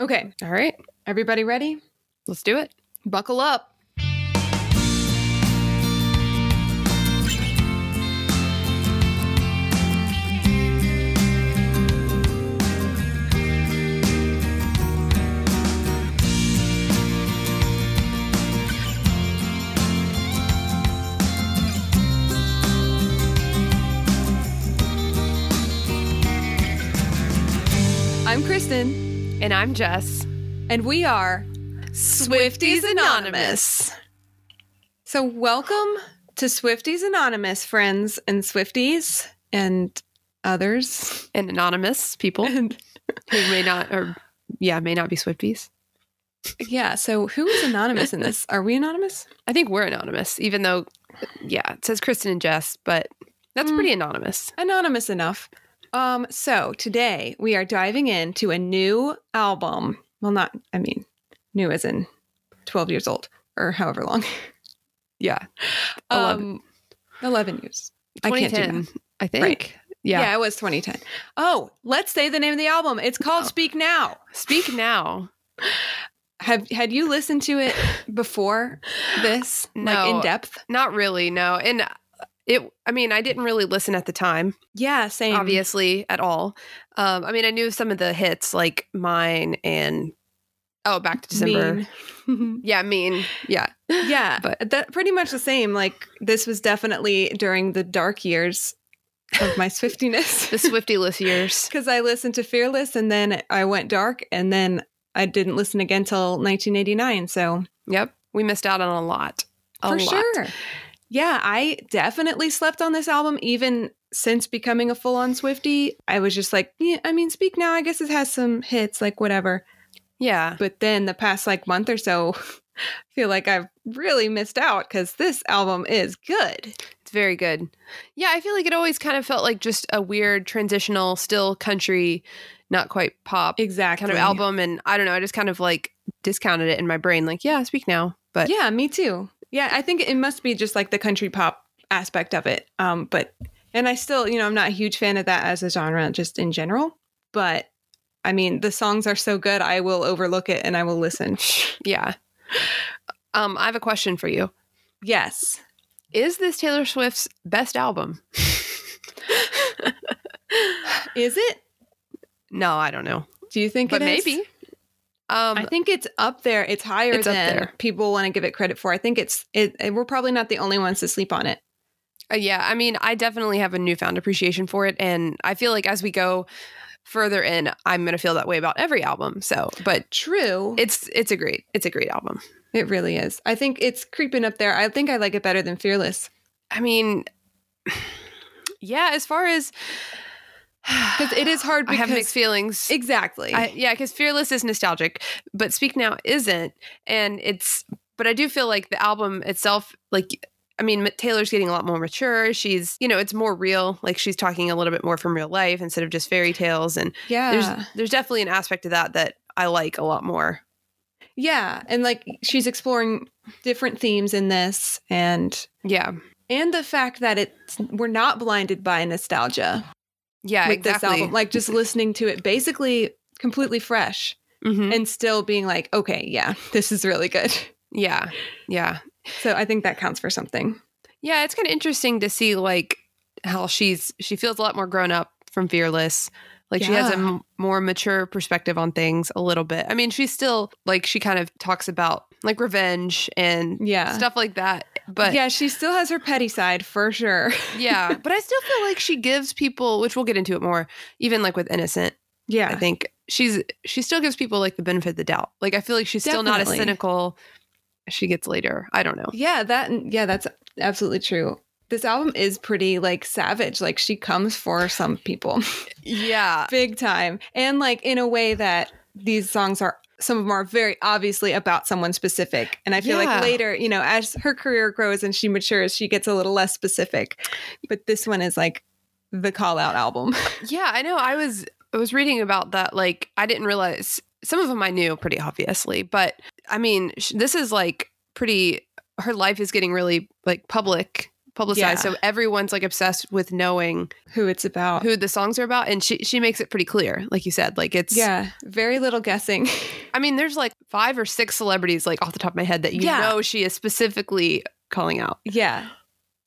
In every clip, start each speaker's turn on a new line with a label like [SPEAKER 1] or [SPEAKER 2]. [SPEAKER 1] Okay.
[SPEAKER 2] All right.
[SPEAKER 1] Everybody ready?
[SPEAKER 2] Let's do it.
[SPEAKER 1] Buckle up. I'm Kristen,
[SPEAKER 2] And I'm Jess.
[SPEAKER 1] and we are. Swifties Anonymous. So, welcome to Swifties Anonymous, friends and Swifties and others.
[SPEAKER 2] And anonymous people who
[SPEAKER 1] And
[SPEAKER 2] may not, or yeah, may not be Swifties.
[SPEAKER 1] yeah, so who is anonymous in this? Are we anonymous?
[SPEAKER 2] I think we're anonymous, even though, yeah, it says Kristen and Jess, but that's
[SPEAKER 1] Mm.
[SPEAKER 2] pretty anonymous.
[SPEAKER 1] Anonymous enough. Um, so today we are diving into a new album. Well, not I mean, new as in twelve years old or however long.
[SPEAKER 2] Yeah.
[SPEAKER 1] Eleven.
[SPEAKER 2] Um,
[SPEAKER 1] Eleven years. I
[SPEAKER 2] I
[SPEAKER 1] can't do
[SPEAKER 2] can't do I think.
[SPEAKER 1] Right. Yeah.
[SPEAKER 2] Yeah.
[SPEAKER 1] it was 2010. Oh, let's say the name of the album. It's called
[SPEAKER 2] Oh.
[SPEAKER 1] Speak Now.
[SPEAKER 2] Speak now.
[SPEAKER 1] Have had you listened to it before this? Like
[SPEAKER 2] No.
[SPEAKER 1] in depth?
[SPEAKER 2] Not really, no. And uh, it, I mean, I didn't really listen at the time,
[SPEAKER 1] Yeah, same.
[SPEAKER 2] obviously, at all. Um, I mean, I knew some of the hits like mine and, oh, Back to December.
[SPEAKER 1] Mean.
[SPEAKER 2] Yeah, mean. Yeah.
[SPEAKER 1] yeah,
[SPEAKER 2] But-
[SPEAKER 1] that pretty much the same. Like this was definitely during the dark years of my Swiftiness.
[SPEAKER 2] The Swifty-less years.
[SPEAKER 1] because I listened to Fearless and then I went dark and then I didn't listen again till 1989. So
[SPEAKER 2] Yep. We missed out on a lot. A
[SPEAKER 1] for
[SPEAKER 2] lot.
[SPEAKER 1] sure. Yeah, I definitely slept on this album even since becoming a full on Swifty. I was just like, yeah, I mean, Speak Now, I guess it has some hits, like whatever.
[SPEAKER 2] Yeah.
[SPEAKER 1] But then the past like month or so, I feel like I've really missed out because this album is good.
[SPEAKER 2] It's very good. Yeah, I feel like it always kind of felt like just a weird transitional, still country, not quite pop
[SPEAKER 1] Exactly.
[SPEAKER 2] kind of album. And I don't know, I just kind of like discounted it in my brain, like, yeah, speak now. But
[SPEAKER 1] Yeah, me too. Yeah, I think it must be just like the country pop aspect of it. Um, but and I still, you know, I'm not a huge fan of that as a genre, just in general. But I mean, the songs are so good, I will overlook it and I will listen.
[SPEAKER 2] yeah. Um, I have a question for you.
[SPEAKER 1] Yes,
[SPEAKER 2] Is this Taylor Swift's best album?
[SPEAKER 1] is it?
[SPEAKER 2] no, I don't know.
[SPEAKER 1] Do you think
[SPEAKER 2] But
[SPEAKER 1] it is?
[SPEAKER 2] maybe. Um,
[SPEAKER 1] I think it's up there. It's higher
[SPEAKER 2] It's up
[SPEAKER 1] than
[SPEAKER 2] there.
[SPEAKER 1] people want to give it credit for. I think it's. It, it- we're probably not the only ones to sleep on it.
[SPEAKER 2] Uh, yeah, I mean, I definitely have a newfound appreciation for it, and I feel like as we go further in, I'm gonna feel that way about every album. So, but
[SPEAKER 1] True, it,
[SPEAKER 2] it's it's a great it's a great album.
[SPEAKER 1] it really is. I think it's creeping up there. I think I like it better than Fearless.
[SPEAKER 2] I mean, yeah, as far as because
[SPEAKER 1] it is hard
[SPEAKER 2] I have
[SPEAKER 1] because-
[SPEAKER 2] mixed feelings.
[SPEAKER 1] Exactly.
[SPEAKER 2] I, yeah, because Fearless is nostalgic, but Speak Now isn't, and it's. But I do feel like the album itself, like. I mean, Taylor's getting a lot more mature. She's, you know, it's more real. Like she's talking a little bit more from real life instead of just fairy tales. And
[SPEAKER 1] yeah.
[SPEAKER 2] there's there's definitely an aspect of that that I like a lot more.
[SPEAKER 1] Yeah, and like she's exploring different themes in this and
[SPEAKER 2] Yeah,
[SPEAKER 1] and the fact that it's we're not blinded by nostalgia
[SPEAKER 2] yeah,
[SPEAKER 1] with
[SPEAKER 2] exactly.
[SPEAKER 1] this album. Like just listening to it basically completely fresh
[SPEAKER 2] Mhm.
[SPEAKER 1] and still being like, okay, yeah, this is really good.
[SPEAKER 2] yeah, yeah,
[SPEAKER 1] So I think that counts for something.
[SPEAKER 2] yeah. It's kind of interesting to see like how she's she feels a lot more grown up from Fearless. Like she has a
[SPEAKER 1] Yeah.
[SPEAKER 2] m- more mature perspective on things a little bit. I mean, she's still like she kind of talks about like revenge and
[SPEAKER 1] Yeah.
[SPEAKER 2] stuff like that. But
[SPEAKER 1] yeah, she still has her petty side for sure.
[SPEAKER 2] yeah, but I still feel like she gives people, which we'll get into it more, even like with Innocent. I
[SPEAKER 1] Yeah.
[SPEAKER 2] think she's she still gives people like the benefit of the doubt. Like I feel like she's still not as
[SPEAKER 1] Definitely.
[SPEAKER 2] cynical as she gets later. I don't know.
[SPEAKER 1] Yeah, that yeah, that's absolutely true. This album is pretty like savage. Like she comes for some people.
[SPEAKER 2] Yeah.
[SPEAKER 1] big time and like in a way that these songs are some of them are very obviously about someone specific and i feel
[SPEAKER 2] Yeah.
[SPEAKER 1] like later you know as her career grows and she matures she gets a little less specific but this one is like the call out album
[SPEAKER 2] Yeah, I know. I was I was reading about that like I didn't realize some of them I knew pretty obviously, but I mean, sh- this is like pretty her life is getting really like public publicized.
[SPEAKER 1] Yeah.
[SPEAKER 2] So everyone's like obsessed with knowing
[SPEAKER 1] who it's about.
[SPEAKER 2] who the songs are about. And she, she makes it pretty clear, like you said. Like it's,
[SPEAKER 1] yeah, very little guessing.
[SPEAKER 2] I mean, there's like five or six celebrities, like off the top of my head, that you
[SPEAKER 1] Yeah.
[SPEAKER 2] know she is specifically calling out.
[SPEAKER 1] yeah.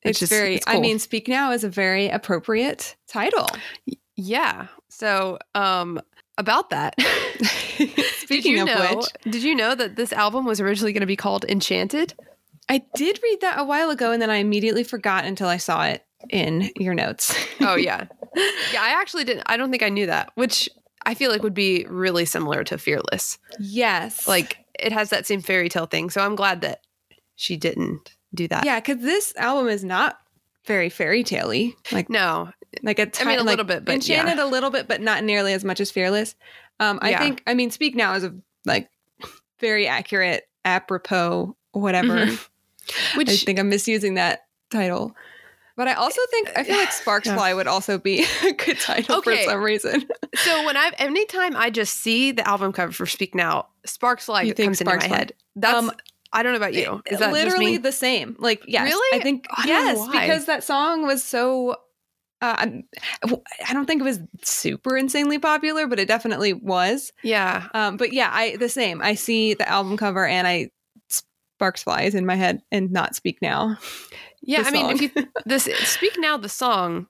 [SPEAKER 2] It's
[SPEAKER 1] It's,
[SPEAKER 2] just-
[SPEAKER 1] very,
[SPEAKER 2] it's
[SPEAKER 1] I
[SPEAKER 2] cool.
[SPEAKER 1] mean, Speak Now is a very appropriate title.
[SPEAKER 2] Yeah. So, um, about that,
[SPEAKER 1] Speaking
[SPEAKER 2] did you
[SPEAKER 1] of
[SPEAKER 2] know,
[SPEAKER 1] which,
[SPEAKER 2] did you know that this album was originally going to be called Enchanted?
[SPEAKER 1] I did read that a while ago and then I immediately forgot until I saw it in your notes.
[SPEAKER 2] Oh yeah, yeah. I actually didn't. I don't think I knew that, which I feel like would be really similar to Fearless.
[SPEAKER 1] yes.
[SPEAKER 2] Like it has that same fairy tale thing. So I'm glad that she didn't do that.
[SPEAKER 1] yeah, because this album is not very fairy tale Like,
[SPEAKER 2] No.
[SPEAKER 1] like a ti-
[SPEAKER 2] mean, a
[SPEAKER 1] like
[SPEAKER 2] little bit, but yeah.
[SPEAKER 1] enchanted a little bit, but not nearly as much as fearless. Um, I
[SPEAKER 2] Yeah.
[SPEAKER 1] think I mean speak now is a like very accurate, apropos, whatever. I
[SPEAKER 2] Mm-hmm. Which
[SPEAKER 1] think I'm misusing that title. But I also think I feel like Sparks
[SPEAKER 2] Yeah.
[SPEAKER 1] Fly would also be a good title
[SPEAKER 2] Okay.
[SPEAKER 1] for some reason.
[SPEAKER 2] so when I anytime I just see the album cover for Speak Now, Sparks Light
[SPEAKER 1] You think
[SPEAKER 2] comes
[SPEAKER 1] Sparks
[SPEAKER 2] into my
[SPEAKER 1] Fly?
[SPEAKER 2] head. That's
[SPEAKER 1] Um,
[SPEAKER 2] I don't know about you. Is that just
[SPEAKER 1] literally
[SPEAKER 2] me?
[SPEAKER 1] the same? Like yes,
[SPEAKER 2] Really?
[SPEAKER 1] I think
[SPEAKER 2] I don't know
[SPEAKER 1] yes
[SPEAKER 2] why.
[SPEAKER 1] because that song was so. Uh, I'm- I don't think it was super insanely popular, but it definitely was.
[SPEAKER 2] yeah.
[SPEAKER 1] Um, but yeah, I the same. I see the album cover and I sparks flies in my head and not speak now.
[SPEAKER 2] Yeah,
[SPEAKER 1] The
[SPEAKER 2] I mean, if you this Speak Now the song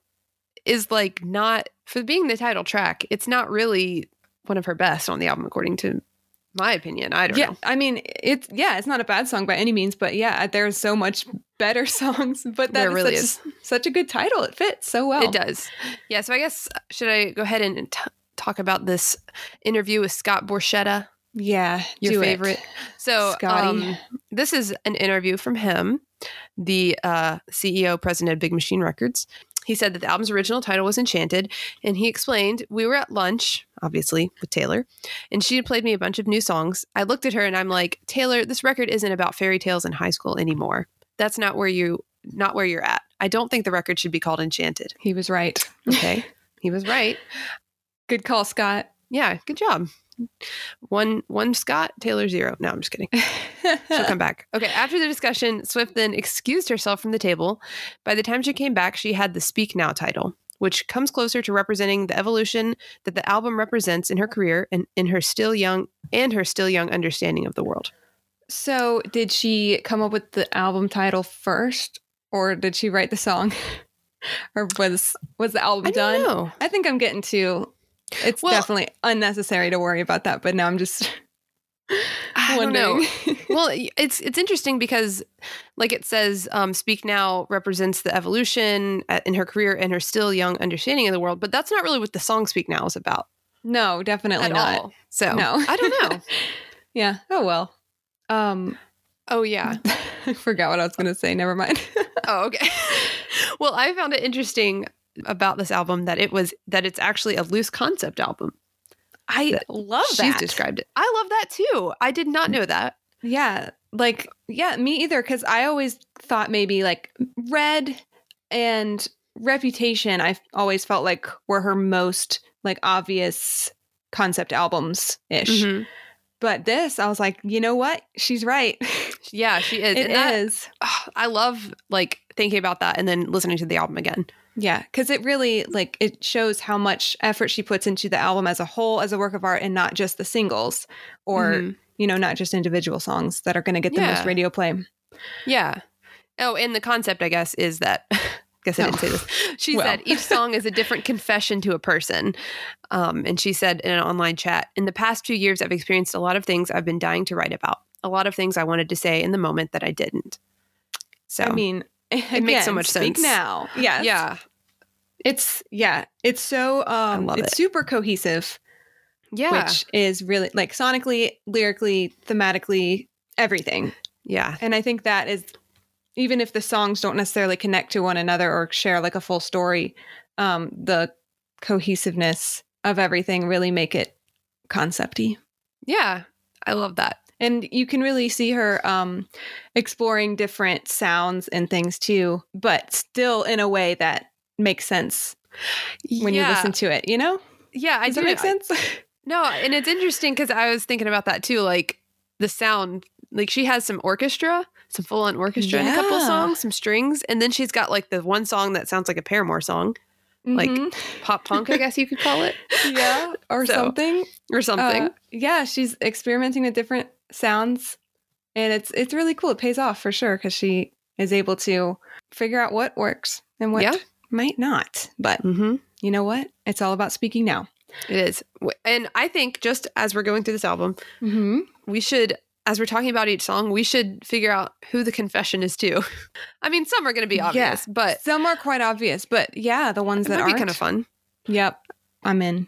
[SPEAKER 2] is like not for being the title track. It's not really one of her best on the album, according to my opinion. I don't
[SPEAKER 1] yeah,
[SPEAKER 2] know.
[SPEAKER 1] I mean it's yeah, it's not a bad song by any means, but yeah, there's so much better songs. But that
[SPEAKER 2] There really
[SPEAKER 1] such,
[SPEAKER 2] is.
[SPEAKER 1] such a good title. It fits so well.
[SPEAKER 2] It does. Yeah. So I guess uh, should I go ahead and t- talk about this interview with Scott Borchetta,
[SPEAKER 1] Yeah,
[SPEAKER 2] your
[SPEAKER 1] do it.
[SPEAKER 2] favorite? So
[SPEAKER 1] Scotty.
[SPEAKER 2] um, this is an interview from him, the uh, CEO, president of Big Machine Records. He said that the album's original title was Enchanted, and he explained, We were at lunch, obviously, with Taylor, and she had played me a bunch of new songs. I looked at her and I'm like, Taylor, this record isn't about fairy tales in high school anymore. That's not where you not where you're at. I don't think the record should be called Enchanted.
[SPEAKER 1] He was right.
[SPEAKER 2] Okay. he was right.
[SPEAKER 1] Good call, Scott.
[SPEAKER 2] Yeah, good job. One one Scott, Taylor zero. No, I'm just kidding. She'll come back. Okay. After the discussion, Swift then excused herself from the table. By the time she came back, she had the Speak Now title, which comes closer to representing the evolution that the album represents in her career and in her still young and her still young understanding of the world.
[SPEAKER 1] so, did she come up with the album title first, or did she write the song, or was was the album
[SPEAKER 2] I
[SPEAKER 1] done?
[SPEAKER 2] don't know.
[SPEAKER 1] I think I'm getting too. It's
[SPEAKER 2] Well-
[SPEAKER 1] definitely unnecessary to worry about that, but now I'm just
[SPEAKER 2] I don't know.
[SPEAKER 1] wondering.
[SPEAKER 2] well, it's it's interesting because, like it says, um, "Speak Now" represents the evolution uh, in her career and her still young understanding of the world. But that's not really what the song "Speak Now" is about
[SPEAKER 1] no, definitely
[SPEAKER 2] at
[SPEAKER 1] not.
[SPEAKER 2] all. So
[SPEAKER 1] No.
[SPEAKER 2] I don't know.
[SPEAKER 1] Yeah. Oh well. Um,
[SPEAKER 2] Oh yeah.
[SPEAKER 1] I forgot what I was going to say. Never mind.
[SPEAKER 2] Oh, okay. well, I found it interesting about this album that it was that it's actually a loose concept album.
[SPEAKER 1] I
[SPEAKER 2] That-
[SPEAKER 1] love
[SPEAKER 2] She's described it. I love that too. I did not know that.
[SPEAKER 1] yeah. Like yeah, me either. Because I always thought maybe like red and reputation. I always felt like were her most like obvious concept albums ish.
[SPEAKER 2] Mm-hmm.
[SPEAKER 1] But this, I was like, you know what? She's right.
[SPEAKER 2] Yeah, she is.
[SPEAKER 1] It is.
[SPEAKER 2] and that- ugh, I love like thinking about that and then listening to the album again.
[SPEAKER 1] Yeah, because it really like it shows how much effort she puts into the album as a whole, as a work of art, and not just the singles, or
[SPEAKER 2] Mhm.
[SPEAKER 1] you know, not just individual songs that are going to get the
[SPEAKER 2] Yeah.
[SPEAKER 1] most radio play.
[SPEAKER 2] yeah. Oh, and the concept, I guess, is that. guess I
[SPEAKER 1] No.
[SPEAKER 2] didn't say this. She
[SPEAKER 1] Well.
[SPEAKER 2] said each song is a different confession to a person. Um, and she said in an online chat, in the past few years, I've experienced a lot of things I've been dying to write about, a lot of things I wanted to say in the moment that I didn't. So,
[SPEAKER 1] I mean, it
[SPEAKER 2] makes so much sense.
[SPEAKER 1] now. Yeah,
[SPEAKER 2] yeah,
[SPEAKER 1] It's yeah, it's so um,
[SPEAKER 2] love
[SPEAKER 1] it's
[SPEAKER 2] it.
[SPEAKER 1] super cohesive,
[SPEAKER 2] yeah,
[SPEAKER 1] which is really like sonically, lyrically, thematically, everything.
[SPEAKER 2] yeah,
[SPEAKER 1] And I think that is even if the songs don't necessarily connect to one another or share like a full story, um, the cohesiveness of everything really make it concepty.
[SPEAKER 2] yeah. I love that.
[SPEAKER 1] And you can really see her um, exploring different sounds and things too, but still in a way that makes sense when
[SPEAKER 2] yeah.
[SPEAKER 1] you listen to it. You know,
[SPEAKER 2] yeah, I
[SPEAKER 1] does
[SPEAKER 2] do
[SPEAKER 1] that make
[SPEAKER 2] I-
[SPEAKER 1] sense?
[SPEAKER 2] No, and it's interesting because I was thinking about that too. Like the sound, like she has some orchestra some full on orchestra and a couple
[SPEAKER 1] Yeah.
[SPEAKER 2] songs, some strings, and then she's got like the one song that sounds like a Paramore song, Like,
[SPEAKER 1] Mhm.
[SPEAKER 2] pop punk, I guess you could call it,
[SPEAKER 1] yeah, or
[SPEAKER 2] Mm-hmm. So,
[SPEAKER 1] something.
[SPEAKER 2] or something.
[SPEAKER 1] Uh, yeah, she's experimenting with different sounds, and it's it's really cool. It pays off for sure because she is able to figure out what works and what
[SPEAKER 2] Yeah.
[SPEAKER 1] might not. But
[SPEAKER 2] mm-hmm.
[SPEAKER 1] you know what? It's all about speaking now.
[SPEAKER 2] It is, W- and I think just as we're going through this album,
[SPEAKER 1] Mm-hmm.
[SPEAKER 2] we should. As we're talking about each song, we should figure out who the confession is to. I mean, some are going to be
[SPEAKER 1] Yeah.
[SPEAKER 2] obvious, but
[SPEAKER 1] Some are quite obvious, but yeah, the ones
[SPEAKER 2] it
[SPEAKER 1] that
[SPEAKER 2] might
[SPEAKER 1] are
[SPEAKER 2] be kind of fun.
[SPEAKER 1] Yep, I'm in.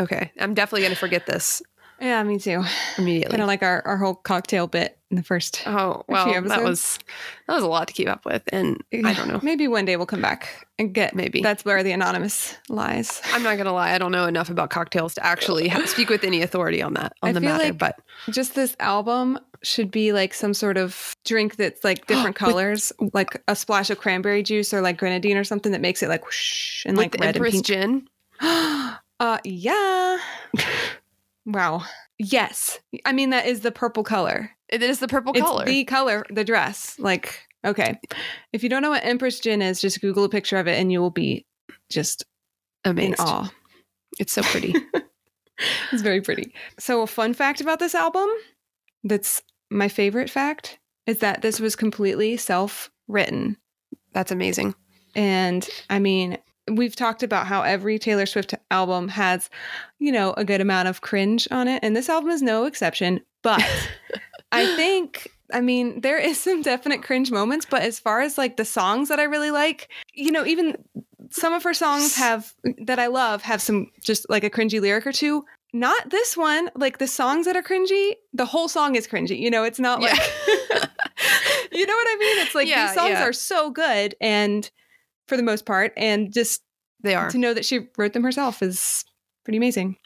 [SPEAKER 2] Okay, I'm definitely going to forget this
[SPEAKER 1] yeah, me too.
[SPEAKER 2] immediately.
[SPEAKER 1] Kind of like our, our whole cocktail bit in the first.
[SPEAKER 2] Oh
[SPEAKER 1] few
[SPEAKER 2] well, that
[SPEAKER 1] episodes.
[SPEAKER 2] was that was a lot to keep up with, and I don't know.
[SPEAKER 1] Maybe one day we'll come back and get.
[SPEAKER 2] Maybe.
[SPEAKER 1] that's where the anonymous lies.
[SPEAKER 2] I'm not gonna lie, I don't know enough about cocktails to actually ha- speak with any authority on that on
[SPEAKER 1] I
[SPEAKER 2] the
[SPEAKER 1] feel
[SPEAKER 2] matter.
[SPEAKER 1] like
[SPEAKER 2] but
[SPEAKER 1] Just this album should be like some sort of drink that's like different
[SPEAKER 2] With-
[SPEAKER 1] colors, like a splash of cranberry juice or like grenadine or something that makes it like whoosh and
[SPEAKER 2] with
[SPEAKER 1] like
[SPEAKER 2] the
[SPEAKER 1] red
[SPEAKER 2] Empress
[SPEAKER 1] and pink.
[SPEAKER 2] gin,
[SPEAKER 1] uh, yeah. wow. Yes. I mean, that is the purple color.
[SPEAKER 2] it is the purple
[SPEAKER 1] it's
[SPEAKER 2] color.
[SPEAKER 1] the color, the dress. Like, okay. If you don't know what Empress Gin is, just Google a picture of it and you will be just
[SPEAKER 2] Amazed.
[SPEAKER 1] in awe.
[SPEAKER 2] It's so pretty.
[SPEAKER 1] It's very pretty. So, a fun fact about this album that's my favorite fact is that this was completely self written.
[SPEAKER 2] That's amazing.
[SPEAKER 1] And I mean, we've talked about how every Taylor Swift album has, you know, a good amount of cringe on it. And this album is no exception. But I think, I mean, there is some definite cringe moments. But as far as like the songs that I really like, you know, even some of her songs have that I love have some just like a cringy lyric or two. Not this one. Like the songs that are cringy, the whole song is cringy. You know, it's not like
[SPEAKER 2] Yeah.
[SPEAKER 1] you know what I mean? It's like
[SPEAKER 2] Yeah,
[SPEAKER 1] these songs
[SPEAKER 2] yeah.
[SPEAKER 1] are so good and for the most part, and just
[SPEAKER 2] they are.
[SPEAKER 1] to know that she wrote them herself is pretty amazing.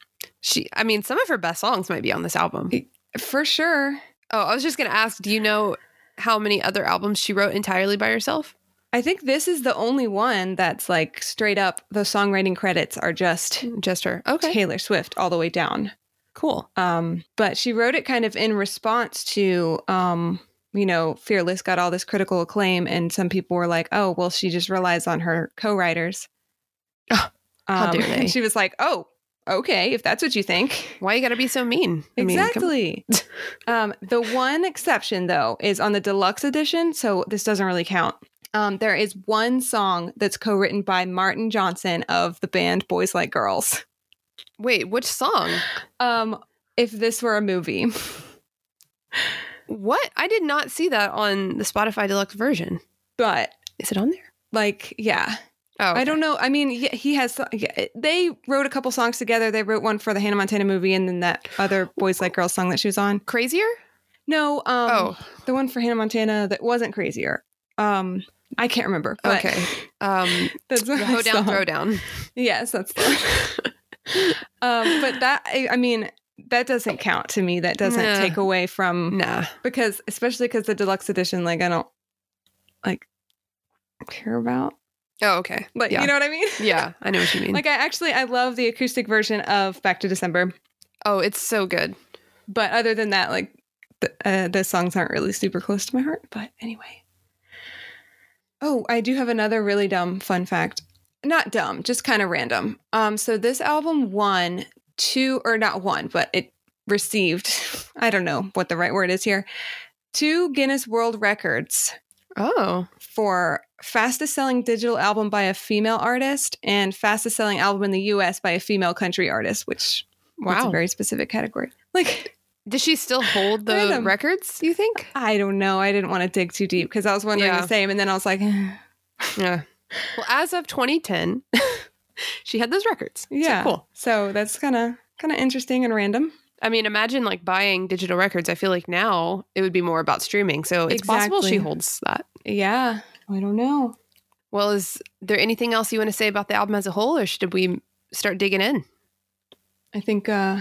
[SPEAKER 2] She I mean, some of her best songs might be on this album.
[SPEAKER 1] For sure.
[SPEAKER 2] Oh, I was just gonna ask, do you know how many other albums she wrote entirely by herself?
[SPEAKER 1] I think this is the only one that's like straight up the songwriting credits are just
[SPEAKER 2] Just her. Okay.
[SPEAKER 1] Taylor Swift all the way down.
[SPEAKER 2] Cool.
[SPEAKER 1] Um, but she wrote it kind of in response to, um, you know, Fearless got all this critical acclaim, and some people were like, "Oh, well, she just relies on her co-writers." Um,
[SPEAKER 2] Ah, how dare they.
[SPEAKER 1] And she was like, "Oh, okay, if that's what you think."
[SPEAKER 2] Why you gotta be so mean? I mean, come-
[SPEAKER 1] Exactly. um, the one exception, though, is on the deluxe edition, so this doesn't really count. Um, there is one song that's co-written by Martin Johnson of the band Boys Like Girls.
[SPEAKER 2] wait, which song?
[SPEAKER 1] Um, if this were a movie.
[SPEAKER 2] What? I did not see that on the Spotify deluxe version.
[SPEAKER 1] but
[SPEAKER 2] Is it on there?
[SPEAKER 1] like yeah
[SPEAKER 2] Oh,
[SPEAKER 1] i don't know i mean yeah, he has yeah, they wrote a couple songs together they wrote one for the hannah montana movie and then that other boys like girls song that she was on
[SPEAKER 2] crazier.
[SPEAKER 1] no um
[SPEAKER 2] oh,
[SPEAKER 1] the one for hannah montana that wasn't crazier um i can't remember but
[SPEAKER 2] okay. Um,
[SPEAKER 1] that's what
[SPEAKER 2] the
[SPEAKER 1] I
[SPEAKER 2] hoedown
[SPEAKER 1] saw.
[SPEAKER 2] throwdown.
[SPEAKER 1] yes that's the one. um but that I, I mean that doesn't count to me that doesn't
[SPEAKER 2] Nah.
[SPEAKER 1] take away from
[SPEAKER 2] Nah,
[SPEAKER 1] because especially because the deluxe edition like i don't like care about
[SPEAKER 2] Oh, okay.
[SPEAKER 1] like
[SPEAKER 2] yeah, Mm.
[SPEAKER 1] you know what i mean
[SPEAKER 2] yeah, I know what you mean.
[SPEAKER 1] Like I actually I love the acoustic version of Back to December,
[SPEAKER 2] oh, it's so good.
[SPEAKER 1] but other than that, like the, uh, the songs aren't really super close to my heart. But anyway, oh, I do have another really dumb fun fact. Not dumb, just kind of random. Um, so this album won two or not one, but it received I don't know what the right word is here two Guinness World Records
[SPEAKER 2] Oh,
[SPEAKER 1] for fastest selling digital album by a female artist and fastest selling album in the US by a female country artist, which that's
[SPEAKER 2] wow.
[SPEAKER 1] a very specific category. Like,
[SPEAKER 2] Does she still hold the
[SPEAKER 1] Random.
[SPEAKER 2] records? You think?
[SPEAKER 1] I don't know. I didn't want to dig too deep because I was wondering
[SPEAKER 2] Yeah.
[SPEAKER 1] the same. And then I was like,
[SPEAKER 2] Yeah. Well, as of 2010, she had those records. So
[SPEAKER 1] yeah.
[SPEAKER 2] cool.
[SPEAKER 1] So that's kind of kind of interesting and random.
[SPEAKER 2] I mean, imagine like buying digital records. I feel like now it would be more about streaming. So it's possible she
[SPEAKER 1] Exactly.
[SPEAKER 2] holds that.
[SPEAKER 1] Yeah. I don't know.
[SPEAKER 2] Well, is there anything else you want to say about the album as a whole, or should we start digging in?
[SPEAKER 1] I think uh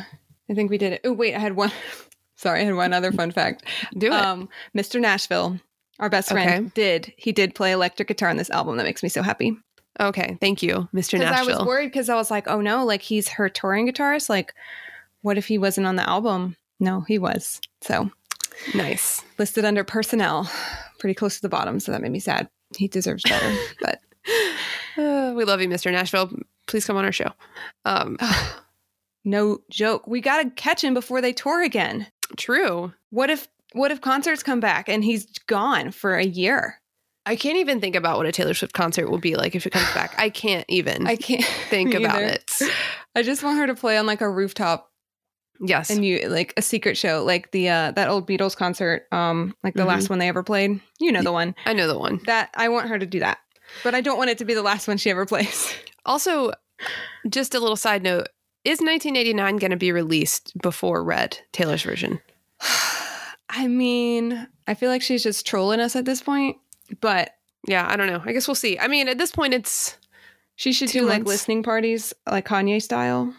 [SPEAKER 1] I think we did it. Oh wait, I had one sorry, I had one other fun fact.
[SPEAKER 2] Do it.
[SPEAKER 1] Um Mr. Nashville, our best friend, did he did play electric guitar on this album. That makes me so happy.
[SPEAKER 2] okay, thank you, Mr.
[SPEAKER 1] Because I
[SPEAKER 2] Nashville.
[SPEAKER 1] was worried because I was like, oh no, like he's her touring guitarist. Like, what if he wasn't on the album? No, he was. So
[SPEAKER 2] Nice.
[SPEAKER 1] listed under personnel, pretty close to the bottom. So that made me sad. He deserves better. but
[SPEAKER 2] Uh, we love you, Mr. Nashville. Please come on our show. Um,
[SPEAKER 1] no joke, we gotta catch him before they tour again.
[SPEAKER 2] true.
[SPEAKER 1] What if what if concerts come back and he's gone for a year?
[SPEAKER 2] I can't even think about what a Taylor Swift concert will be like if it comes back. I can't even
[SPEAKER 1] I can't
[SPEAKER 2] think
[SPEAKER 1] me
[SPEAKER 2] about
[SPEAKER 1] either.
[SPEAKER 2] it.
[SPEAKER 1] I just want her to play on like a rooftop
[SPEAKER 2] Yes.
[SPEAKER 1] and you like a secret show, like the uh that old Beatles concert, um, like the
[SPEAKER 2] Mhm.
[SPEAKER 1] last one they ever played. You know the one.
[SPEAKER 2] I know the one.
[SPEAKER 1] That I want her to do that. But I don't want it to be the last one she ever plays.
[SPEAKER 2] Also, just a little side note is 1989 going to be released before Red, Taylor's version?
[SPEAKER 1] I mean, I feel like she's just trolling us at this point, but
[SPEAKER 2] Yeah, I don't know. I guess we'll see. I mean, at this point, it's
[SPEAKER 1] she should
[SPEAKER 2] Two
[SPEAKER 1] do like
[SPEAKER 2] months.
[SPEAKER 1] listening parties, like Kanye style.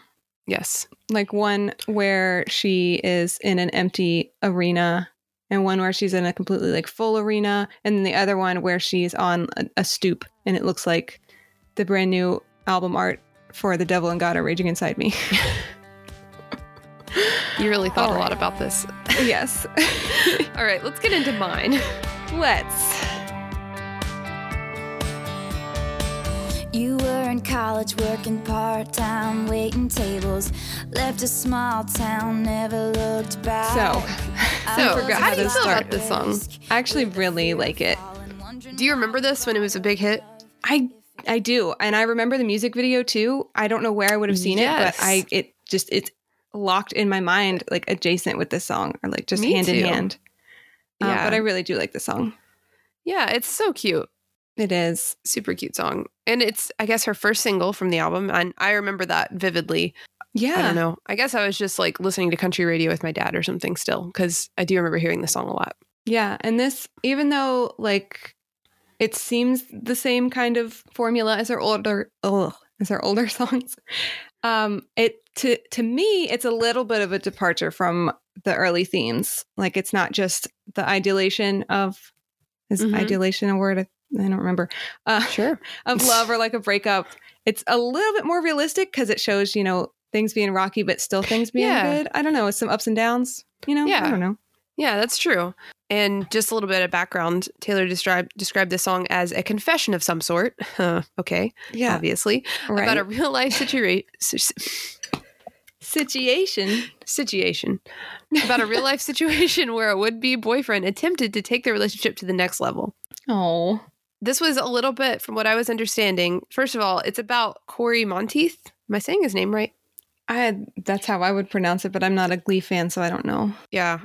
[SPEAKER 2] yes.
[SPEAKER 1] Like one where she is in an empty arena and one where she's in a completely like full arena and then the other one where she's on a, a stoop and it looks like the brand new album art for The Devil and God are raging inside me.
[SPEAKER 2] You really thought
[SPEAKER 1] All
[SPEAKER 2] a lot
[SPEAKER 1] right.
[SPEAKER 2] about this.
[SPEAKER 1] yes.
[SPEAKER 2] All right, let's get into mine.
[SPEAKER 1] Let's
[SPEAKER 3] You were in college working part time, waiting tables. Left a small town, never looked back.
[SPEAKER 1] So,
[SPEAKER 2] So,
[SPEAKER 1] forgot
[SPEAKER 2] how
[SPEAKER 1] how
[SPEAKER 2] do you
[SPEAKER 1] to
[SPEAKER 2] feel
[SPEAKER 1] start
[SPEAKER 2] about this song?
[SPEAKER 1] I actually really like it.
[SPEAKER 2] Do you remember this when it was a big hit?
[SPEAKER 1] I I do, and I remember the music video too. I don't know where I would have seen
[SPEAKER 2] Yes.
[SPEAKER 1] it, but I it just it's locked in my mind, like adjacent with this song, or like just
[SPEAKER 2] Me
[SPEAKER 1] hand
[SPEAKER 2] too.
[SPEAKER 1] in hand. Um,
[SPEAKER 2] Yeah.
[SPEAKER 1] but I really do like the song.
[SPEAKER 2] Yeah, it's so cute.
[SPEAKER 1] It is
[SPEAKER 2] Super cute song. And it's, I guess, her first single from the album. And I remember that vividly.
[SPEAKER 1] yeah.
[SPEAKER 2] I don't know. I guess I was just like listening to country radio with my dad or something still, because I do remember hearing the song a lot.
[SPEAKER 1] Yeah, and this even though like it seems the same kind of formula as our older ugh, as our older songs, um, it to to me it's a little bit of a departure from the early themes. Like it's not just the idolation of is
[SPEAKER 2] Mhm.
[SPEAKER 1] idolation a word? I, I don't remember. Uh,
[SPEAKER 2] Sure.
[SPEAKER 1] of love or like a breakup. It's a little bit more realistic because it shows you know things being rocky but still things being
[SPEAKER 2] Yeah.
[SPEAKER 1] good. I don't know, some ups and downs. You know,
[SPEAKER 2] Yeah.
[SPEAKER 1] I don't know.
[SPEAKER 2] Yeah, that's true. And just a little bit of background Taylor described, described this song as a confession of some sort. Uh, okay,
[SPEAKER 1] Yeah,
[SPEAKER 2] obviously.
[SPEAKER 1] right.
[SPEAKER 2] About a real life situation.
[SPEAKER 1] situation.
[SPEAKER 2] situation about a real life situation where a would be boyfriend attempted to take their relationship to the next level.
[SPEAKER 1] Oh,
[SPEAKER 2] This was a little bit from what I was understanding. First of all, it's about Corey Monteith. Am I saying his name right?
[SPEAKER 1] I that's how I would pronounce it, but I'm not a Glee fan, so I don't know.
[SPEAKER 2] Yeah.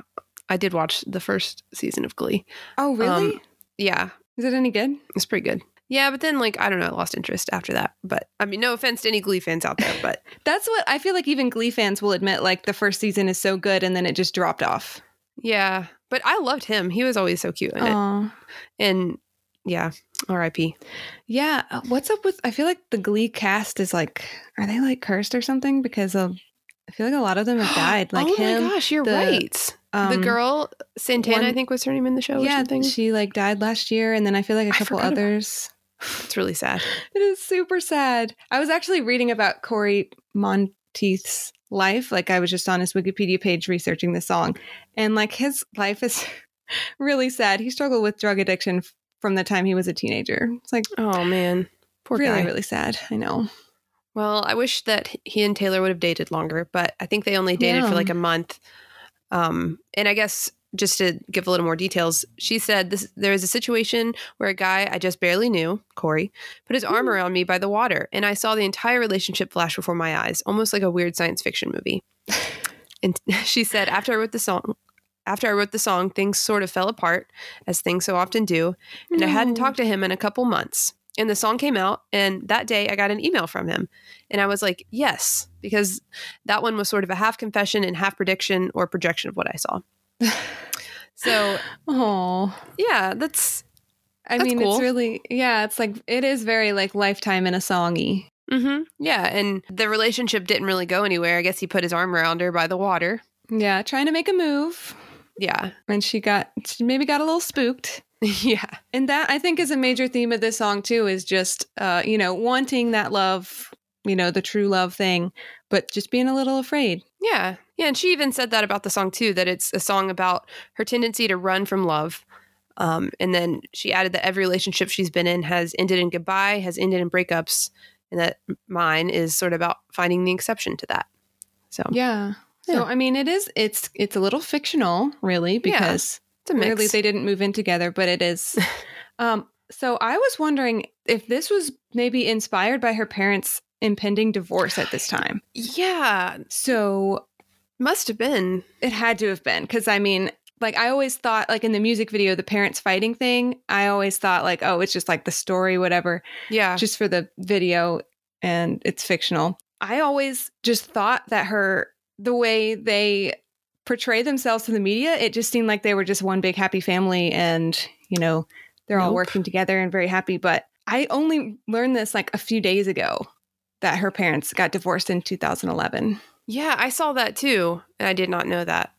[SPEAKER 2] I did watch the first season of Glee.
[SPEAKER 1] Oh,
[SPEAKER 2] really? Yeah.
[SPEAKER 1] Is it any good?
[SPEAKER 2] It's pretty good. Yeah, but then like I don't know, I lost interest after that. But I mean, no offense to any Glee fans out there, but
[SPEAKER 1] That's what I feel like. Even Glee fans will admit, like the first season is so good, and then it just dropped off.
[SPEAKER 2] yeah. But I loved him. He was always so cute in it.
[SPEAKER 1] Oh,
[SPEAKER 2] And yeah, R.I.P.
[SPEAKER 1] yeah. Uh, What's up with? I feel like the Glee cast is like, are they like cursed or something? Because of, I feel like a lot of them have died. Like
[SPEAKER 2] oh
[SPEAKER 1] him,
[SPEAKER 2] my gosh, you're
[SPEAKER 1] the-
[SPEAKER 2] right. the
[SPEAKER 1] um,
[SPEAKER 2] girl Santana,
[SPEAKER 1] one-
[SPEAKER 2] I think was her name in the show or
[SPEAKER 1] Yeah,
[SPEAKER 2] something.
[SPEAKER 1] she like died last year, and then I feel like a
[SPEAKER 2] I
[SPEAKER 1] couple
[SPEAKER 2] forgot about-
[SPEAKER 1] others.
[SPEAKER 2] It's really sad.
[SPEAKER 1] It is super sad. I was actually reading about Corey Monteith's life. Like I was just on his Wikipedia page researching the song, and like his life is really sad. He struggled with drug addiction f- from the time he was a teenager. It's like
[SPEAKER 2] Oh man, poor
[SPEAKER 1] really,
[SPEAKER 2] guy.
[SPEAKER 1] really sad. I know.
[SPEAKER 2] Well, I wish that he and Taylor would have dated longer, but I think they only dated
[SPEAKER 1] Yeah.
[SPEAKER 2] for like a month. Um, and I guess just to give a little more details, she said this there is a situation where a guy I just barely knew, Corey, put his arm around me by the water, and I saw the entire relationship flash before my eyes, almost like a weird science fiction movie. and she said after I wrote the song after I wrote the song, things sort of fell apart, as things so often do, and I hadn't
[SPEAKER 1] No.
[SPEAKER 2] talked to him in a couple months. And the song came out, and that day I got an email from him. And I was like, yes, because that one was sort of a half confession and half prediction or projection of what I saw. so,
[SPEAKER 1] Oh,
[SPEAKER 2] yeah, that's,
[SPEAKER 1] I
[SPEAKER 2] That's
[SPEAKER 1] mean,
[SPEAKER 2] cool.
[SPEAKER 1] it's really yeah. It's like it is very like lifetime in a songy.
[SPEAKER 2] hmm yeah. And the relationship didn't really go anywhere. I guess he put his arm around her by the water.
[SPEAKER 1] Yeah, trying to make a move,
[SPEAKER 2] Yeah.
[SPEAKER 1] and she got she maybe got a little spooked.
[SPEAKER 2] yeah.
[SPEAKER 1] And that I think is a major theme of this song too is just uh, you know, wanting that love, you know, the true love thing, but just being a little afraid.
[SPEAKER 2] Yeah. Yeah. And she even said that about the song, too, that it's a song about her tendency to run from love. Um, and then she added that every relationship she's been in has ended in goodbye, has ended in breakups, and that mine is sort of about finding the exception to that. So
[SPEAKER 1] Yeah.
[SPEAKER 2] Yeah.
[SPEAKER 1] So I mean, it is. It's it's a little fictional, really, because
[SPEAKER 2] it's a mix.
[SPEAKER 1] really they didn't move in together, but it is. um, so I was wondering if this was maybe inspired by her parents' impending divorce at this time.
[SPEAKER 2] yeah.
[SPEAKER 1] So
[SPEAKER 2] Must have been.
[SPEAKER 1] it had to have been because I mean, like I always thought, like in the music video, the parents fighting thing. I always thought like, oh, it's just like the story, whatever.
[SPEAKER 2] Yeah.
[SPEAKER 1] just for the video and it's fictional. I always just thought that her the way they portray themselves to the media, it just seemed like they were just one big happy family and, you know, they're all
[SPEAKER 2] Nope.
[SPEAKER 1] working together and very happy, but I only learned this like a few days ago that her parents got divorced in 2011.
[SPEAKER 2] yeah. I saw that, too. And I did not know that.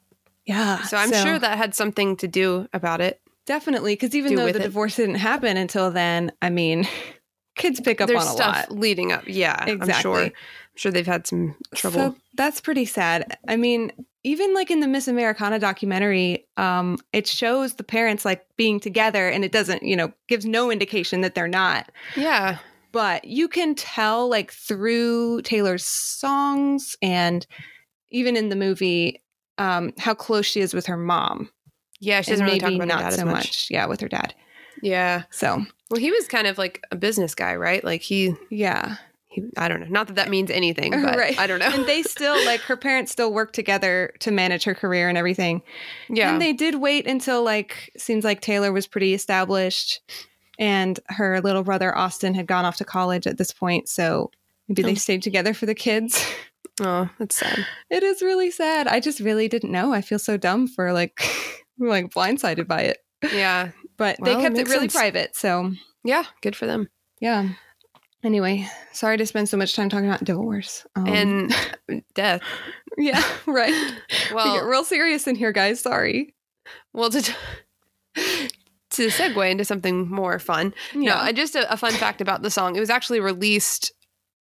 [SPEAKER 1] Yeah.
[SPEAKER 2] So I'm sure that had something to do about it.
[SPEAKER 1] definitely cuz even
[SPEAKER 2] do
[SPEAKER 1] though
[SPEAKER 2] with
[SPEAKER 1] the
[SPEAKER 2] it.
[SPEAKER 1] divorce didn't happen until then, I mean, kids pick up
[SPEAKER 2] There's
[SPEAKER 1] on a lot.
[SPEAKER 2] stuff leading up. Yeah. I'm sure.
[SPEAKER 1] Exactly.
[SPEAKER 2] I'm sure they've had some trouble.
[SPEAKER 1] So that's pretty sad. I mean, even like in the Miss Americana documentary, um, it shows the parents like being together and it doesn't, you know, gives no indication that they're not.
[SPEAKER 2] yeah.
[SPEAKER 1] But you can tell like through Taylor's songs and even in the movie um, how close she is with her mom.
[SPEAKER 2] Yeah. She
[SPEAKER 1] and
[SPEAKER 2] doesn't really talk
[SPEAKER 1] maybe
[SPEAKER 2] about her
[SPEAKER 1] not
[SPEAKER 2] dad
[SPEAKER 1] so
[SPEAKER 2] as
[SPEAKER 1] much.
[SPEAKER 2] much.
[SPEAKER 1] Yeah, with her dad.
[SPEAKER 2] Yeah.
[SPEAKER 1] So,
[SPEAKER 2] Well, he was kind of like a business guy, right? Like he,
[SPEAKER 1] yeah.
[SPEAKER 2] he I don't know. Not that that means anything, but
[SPEAKER 1] Right.
[SPEAKER 2] I don't know.
[SPEAKER 1] And they still, like, her parents still work together to manage her career and everything.
[SPEAKER 2] yeah.
[SPEAKER 1] And they did wait until like seems like Taylor was pretty established and her little brother Austin had gone off to college at this point, so maybe they
[SPEAKER 2] Oh.
[SPEAKER 1] stayed together for the kids.
[SPEAKER 2] oh, that's sad.
[SPEAKER 1] it is really sad. I just really didn't know. I feel so dumb for like like blindsided by it.
[SPEAKER 2] Yeah.
[SPEAKER 1] But
[SPEAKER 2] Well, it
[SPEAKER 1] they kept it
[SPEAKER 2] makes
[SPEAKER 1] really
[SPEAKER 2] sense.
[SPEAKER 1] private, so
[SPEAKER 2] Yeah. Good for them.
[SPEAKER 1] yeah. Anyway, sorry to spend so much time talking about divorce. Um,
[SPEAKER 2] and death.
[SPEAKER 1] yeah, right. we get
[SPEAKER 2] Well,
[SPEAKER 1] real serious in here, guys. Sorry.
[SPEAKER 2] well, to, to segue into something more fun. No, I, just a, a fun fact about the song. It was actually released,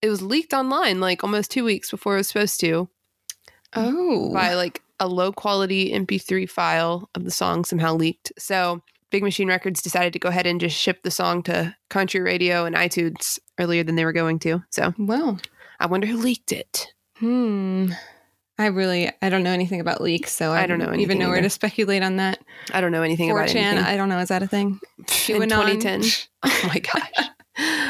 [SPEAKER 2] it was leaked online like almost two weeks before it was supposed to
[SPEAKER 1] oh,
[SPEAKER 2] by like a low quality MP3 file of the song somehow leaked. So Big Machine Records decided to go ahead and just ship the song to country radio and iTunes earlier than they were going to. So
[SPEAKER 1] well.
[SPEAKER 2] I wonder who leaked it.
[SPEAKER 1] Hmm. I really I don't know anything about leaks, so I,
[SPEAKER 2] I don't know
[SPEAKER 1] wouldn't even
[SPEAKER 2] anything
[SPEAKER 1] know where
[SPEAKER 2] either.
[SPEAKER 1] to speculate on that.
[SPEAKER 2] I don't know anything about
[SPEAKER 1] 4chan,
[SPEAKER 2] anything.
[SPEAKER 1] I don't know. Is that a thing?
[SPEAKER 2] in
[SPEAKER 1] QAnon?
[SPEAKER 2] 2010. Oh my gosh.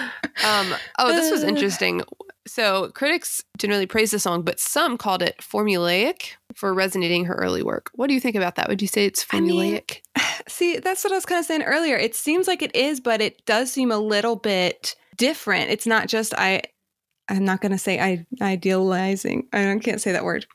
[SPEAKER 2] um, oh, this was
[SPEAKER 1] Uh.
[SPEAKER 2] interesting. So critics generally praised the song, but some called it formulaic for resonating her early work. What do you think about that? Would you say it's
[SPEAKER 1] I mean-
[SPEAKER 2] formulaic?
[SPEAKER 1] See, that's what I was kind of saying earlier. It seems like it is, but it does seem a little bit different. It's not just I. I'm not going to say I idealizing. I don't- can't say that word.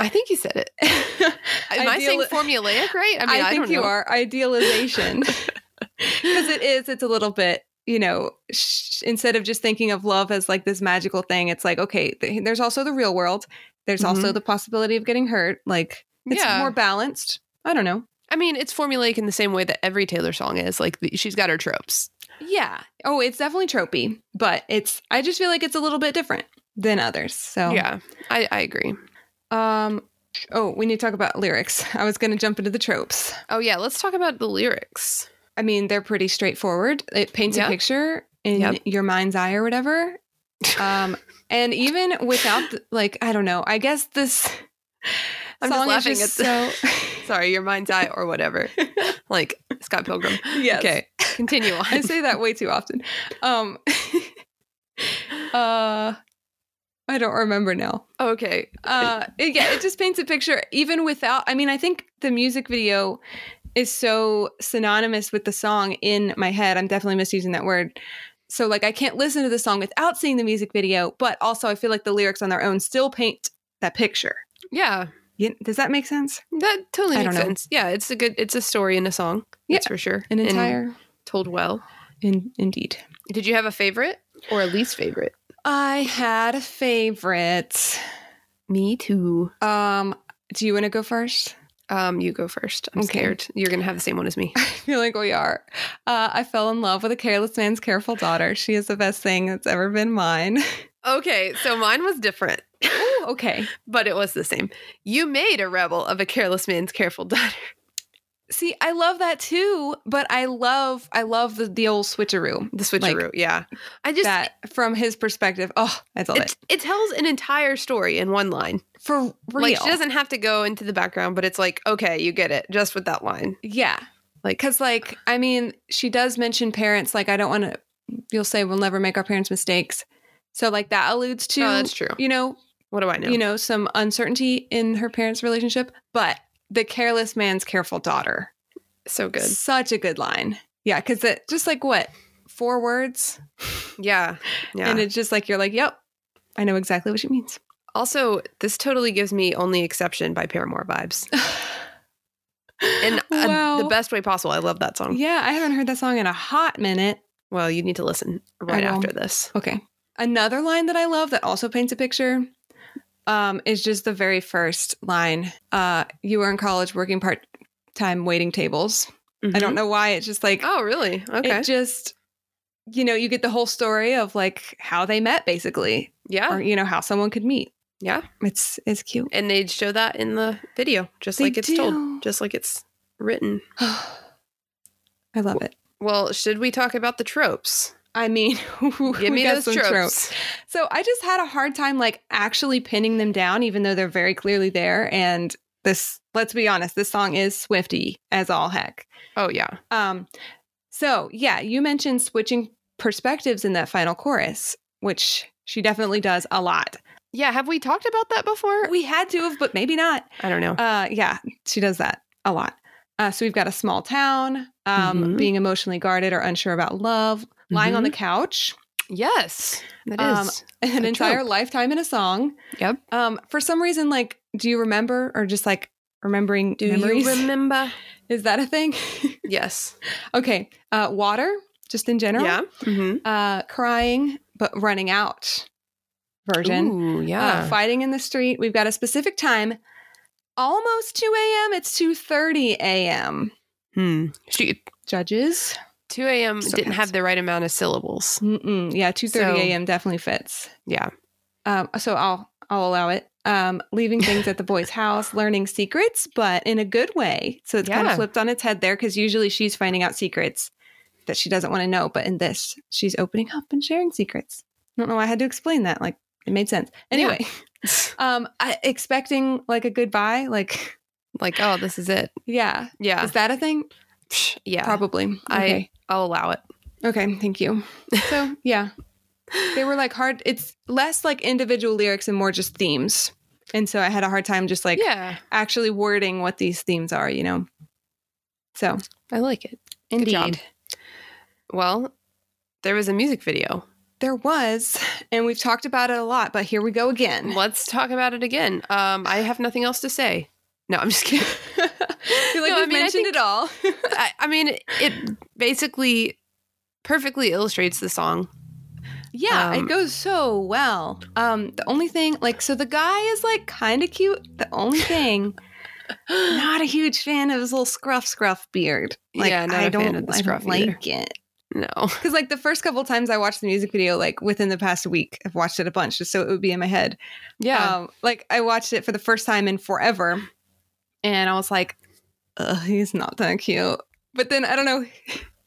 [SPEAKER 2] I, think you said it. Am I saying
[SPEAKER 1] Ideali-
[SPEAKER 2] formulaic right? I
[SPEAKER 1] I,
[SPEAKER 2] mean, I,
[SPEAKER 1] think
[SPEAKER 2] don't
[SPEAKER 1] you
[SPEAKER 2] know.
[SPEAKER 1] are idealization because it is. It's a little bit, you know, sh- instead of just thinking of love as like this magical thing, it's like okay, th- there's also the real world. There's also the possibility of getting hurt. Like it's
[SPEAKER 2] Mm-hmm. yeah.
[SPEAKER 1] more balanced. I don't know.
[SPEAKER 2] I mean, it's formulaic in the same way that every Taylor song is. Like the, she's got her tropes.
[SPEAKER 1] Yeah. Oh, it's definitely tropey, but it's. I just feel like it's a little bit different than others. So
[SPEAKER 2] Yeah, I, I agree.
[SPEAKER 1] Um. Oh, we need to talk about lyrics. I was going to jump into the tropes.
[SPEAKER 2] Oh yeah, let's talk about the lyrics.
[SPEAKER 1] I mean, they're pretty straightforward. It paints
[SPEAKER 2] Yeah.
[SPEAKER 1] a picture in
[SPEAKER 2] Yep.
[SPEAKER 1] your mind's eye or whatever. Um, and even without, the- like, I don't know. I guess this
[SPEAKER 2] I'm just
[SPEAKER 1] song
[SPEAKER 2] laughing
[SPEAKER 1] is just
[SPEAKER 2] at the,
[SPEAKER 1] so.
[SPEAKER 2] sorry, your mind's eye or whatever, like Scott Pilgrim.
[SPEAKER 1] yes.
[SPEAKER 2] Okay, continue on.
[SPEAKER 1] I say that way too often. Um, uh, I don't remember now.
[SPEAKER 2] Okay.
[SPEAKER 1] uh it- yeah it just paints a picture even without i mean i think the music video is so synonymous with the song in my head i'm definitely misusing that word so like i can't listen to the song without seeing the music video but also i feel like the lyrics on their own still paint that picture
[SPEAKER 2] Yeah.
[SPEAKER 1] You- does that make sense
[SPEAKER 2] That totally
[SPEAKER 1] I
[SPEAKER 2] makes
[SPEAKER 1] don't know.
[SPEAKER 2] sense. Yeah, it's a good it's a story in a song.
[SPEAKER 1] Yeah,
[SPEAKER 2] That's for sure.
[SPEAKER 1] an
[SPEAKER 2] And
[SPEAKER 1] entire
[SPEAKER 2] told well.
[SPEAKER 1] in, indeed
[SPEAKER 2] Did you have a favorite or a least favorite?
[SPEAKER 1] i had a favorite
[SPEAKER 2] Me too.
[SPEAKER 1] um do you want to go first
[SPEAKER 2] Um, you go first. I'm
[SPEAKER 1] Okay.
[SPEAKER 2] scared. You're gonna have the same one as me.
[SPEAKER 1] I feel like we are. Uh, I fell in love with a careless man's careful daughter. She is the best thing that's ever been mine.
[SPEAKER 2] Okay, so mine was different.
[SPEAKER 1] Ooh, okay.
[SPEAKER 2] but it was the same. You made a rebel of a careless man's careful daughter.
[SPEAKER 1] See, I love that too, but I love I love the, the old switcheroo.
[SPEAKER 2] The switcheroo, yeah. I just
[SPEAKER 1] that from his perspective. Oh, I love
[SPEAKER 2] it,
[SPEAKER 1] it.
[SPEAKER 2] it tells an entire story in one line.
[SPEAKER 1] For real.
[SPEAKER 2] Like she doesn't have to go into the background, but it's like, okay, you get it just with that line.
[SPEAKER 1] yeah.
[SPEAKER 2] Like
[SPEAKER 1] Cause like, I mean, she does mention parents, like I don't wanna you'll say we'll never make our parents' mistakes. So like that alludes to
[SPEAKER 2] Oh, that's true.
[SPEAKER 1] you know,
[SPEAKER 2] what do I know?
[SPEAKER 1] you know, some uncertainty in her parents' relationship. But the careless man's careful daughter.
[SPEAKER 2] so good.
[SPEAKER 1] Such a good line. Yeah, because it just like what? Four words.
[SPEAKER 2] Yeah. Yeah.
[SPEAKER 1] And it's just like you're like, Yep, I know exactly what she means.
[SPEAKER 2] also, this totally gives me only exception by Paramore vibes. And uh,
[SPEAKER 1] Wow.
[SPEAKER 2] the best way possible. I love that song.
[SPEAKER 1] Yeah, I haven't heard that song in a hot minute.
[SPEAKER 2] Well, you need to listen right
[SPEAKER 1] will.
[SPEAKER 2] after this.
[SPEAKER 1] Okay. Another line that I love that also paints a picture um, is just the very first line. Uh, you were in college working part time waiting tables. I don't know why. It's just like,
[SPEAKER 2] Mm-hmm. Oh, really? Okay.
[SPEAKER 1] it just, you know, you get the whole story of like how they met basically,
[SPEAKER 2] yeah.
[SPEAKER 1] or, you know, how someone could meet.
[SPEAKER 2] Oh. Yeah.
[SPEAKER 1] It's, it's cute.
[SPEAKER 2] And they show that in the video, just
[SPEAKER 1] They
[SPEAKER 2] like it's
[SPEAKER 1] do.
[SPEAKER 2] told, just like it's written.
[SPEAKER 1] I love it.
[SPEAKER 2] Well, should we talk about the tropes?
[SPEAKER 1] I mean,
[SPEAKER 2] Give me those tropes.
[SPEAKER 1] So I just had a hard time like actually pinning them down, even though they're very clearly there. And this, let's be honest, this song is Swifty as all heck.
[SPEAKER 2] Oh, yeah.
[SPEAKER 1] Um, so yeah, you mentioned switching perspectives in that final chorus, which she definitely does a lot.
[SPEAKER 2] Yeah. Have we talked about that before?
[SPEAKER 1] We had to have, but maybe not.
[SPEAKER 2] I don't know.
[SPEAKER 1] Uh, yeah, she does that a lot. Uh, so we've got a small town, um,
[SPEAKER 2] Mhm.
[SPEAKER 1] being emotionally guarded or unsure about love, lying on
[SPEAKER 2] Mhm.
[SPEAKER 1] the couch,
[SPEAKER 2] Mm-hmm. Yes. That
[SPEAKER 1] Um,
[SPEAKER 2] is.
[SPEAKER 1] an
[SPEAKER 2] A
[SPEAKER 1] entire
[SPEAKER 2] trope.
[SPEAKER 1] lifetime in a song.
[SPEAKER 2] Yep.
[SPEAKER 1] Um, for some reason, like, do you remember or just like remembering
[SPEAKER 2] Do
[SPEAKER 1] memories?
[SPEAKER 2] you remember?
[SPEAKER 1] Is that a thing?
[SPEAKER 2] yes.
[SPEAKER 1] okay. Uh, water, just in general.
[SPEAKER 2] Yeah. Mm-hmm.
[SPEAKER 1] Uh, crying, but running out version.
[SPEAKER 2] Ooh,
[SPEAKER 1] Uh,
[SPEAKER 2] yeah.
[SPEAKER 1] fighting in the street. We've got a specific time. Almost 2 a.m. It's 2.30 a.m.
[SPEAKER 2] hmm. She,
[SPEAKER 1] Judges.
[SPEAKER 2] 2 a.m.
[SPEAKER 1] So
[SPEAKER 2] didn't
[SPEAKER 1] fancy.
[SPEAKER 2] have the right amount of syllables.
[SPEAKER 1] Mm-mm. Yeah, 2.30
[SPEAKER 2] So-
[SPEAKER 1] a.m. definitely fits.
[SPEAKER 2] Yeah.
[SPEAKER 1] Um, so I'll I'll allow it. Um, leaving things at the boy's house, learning secrets, but in a good way. So it's kind of
[SPEAKER 2] Yeah.
[SPEAKER 1] flipped on its head there because usually she's finding out secrets that she doesn't want to know, but in this, she's opening up and sharing secrets. I don't know why I had to explain that. Like it made sense. Anyway, um, I, expecting like a goodbye, like
[SPEAKER 2] like, oh, this is it.
[SPEAKER 1] yeah,
[SPEAKER 2] Yeah.
[SPEAKER 1] is that a thing?
[SPEAKER 2] Psh, Yeah.
[SPEAKER 1] Probably.
[SPEAKER 2] I- I'll allow it.
[SPEAKER 1] Okay, thank you. So yeah, they were like hard. It's less like individual lyrics and more just themes, and so I had a hard time just like
[SPEAKER 2] yeah.
[SPEAKER 1] actually wording what these themes are. You know, so
[SPEAKER 2] I like it.
[SPEAKER 1] indeed
[SPEAKER 2] job. Well, there was a music video.
[SPEAKER 1] there was, and we've talked about it a lot, but here we go again.
[SPEAKER 2] Let's talk about it again. Um, I have nothing else to say. No, I'm just kidding.
[SPEAKER 1] I feel like
[SPEAKER 2] No,
[SPEAKER 1] we've
[SPEAKER 2] I mean, I
[SPEAKER 1] mentioned
[SPEAKER 2] think-
[SPEAKER 1] it all.
[SPEAKER 2] I, I mean, it basically perfectly illustrates the song.
[SPEAKER 1] Yeah,
[SPEAKER 2] Um,
[SPEAKER 1] it goes so well. Um, the only thing, like, so the guy is like kind of cute. The only thing, not a huge fan of his little scruff scruff beard. Like,
[SPEAKER 2] Yeah, not
[SPEAKER 1] I
[SPEAKER 2] a
[SPEAKER 1] don't,
[SPEAKER 2] fan of the
[SPEAKER 1] I
[SPEAKER 2] scruff
[SPEAKER 1] don't
[SPEAKER 2] either.
[SPEAKER 1] like it.
[SPEAKER 2] No.
[SPEAKER 1] Because like the first couple times I watched the music video, like within the past week, I've watched it a bunch just so it would be in my head.
[SPEAKER 2] Yeah.
[SPEAKER 1] Um, like I watched it for the first time in forever, and I was like, Ugh, he's not that cute. But then I don't know.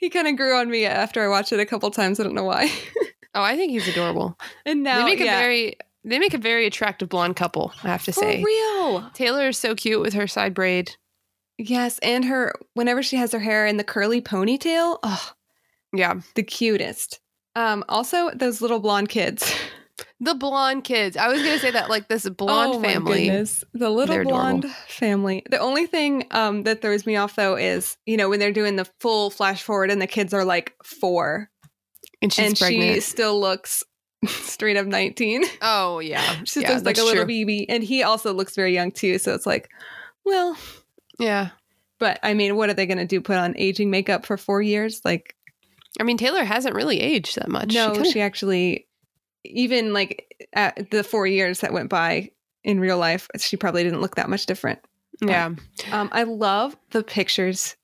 [SPEAKER 1] He kind of grew on me after I watched it a couple times. I don't know why.
[SPEAKER 2] oh, I think he's adorable.
[SPEAKER 1] And now
[SPEAKER 2] they make
[SPEAKER 1] yeah.
[SPEAKER 2] a very they make a very attractive blonde couple. I have to
[SPEAKER 1] For
[SPEAKER 2] say.
[SPEAKER 1] real.
[SPEAKER 2] Taylor is so cute with her side braid.
[SPEAKER 1] Yes, and her whenever she has her hair in the curly ponytail, oh,
[SPEAKER 2] Yeah.
[SPEAKER 1] the cutest. Um, also those little blonde kids,
[SPEAKER 2] The blonde kids. I was gonna say that like this blonde
[SPEAKER 1] Oh my
[SPEAKER 2] family.
[SPEAKER 1] goodness. the little
[SPEAKER 2] They're adorable.
[SPEAKER 1] blonde family. The only thing um that throws me off though is you know when they're doing the full flash forward and the kids are like four,
[SPEAKER 2] And she's
[SPEAKER 1] and
[SPEAKER 2] pregnant.
[SPEAKER 1] she still looks straight up nineteen.
[SPEAKER 2] oh yeah.
[SPEAKER 1] She's
[SPEAKER 2] yeah,
[SPEAKER 1] just like
[SPEAKER 2] that's
[SPEAKER 1] a little
[SPEAKER 2] true.
[SPEAKER 1] baby, and he also looks very young too. So it's like, well,
[SPEAKER 2] Yeah.
[SPEAKER 1] but I mean, what are they going to do? Put on aging makeup for four years? Like
[SPEAKER 2] I mean, Taylor hasn't really aged that much.
[SPEAKER 1] No, she,
[SPEAKER 2] kinda-
[SPEAKER 1] actually, even like at the four years that went by in real life, she probably didn't look that much different.
[SPEAKER 2] yeah.
[SPEAKER 1] Um, I love the pictures,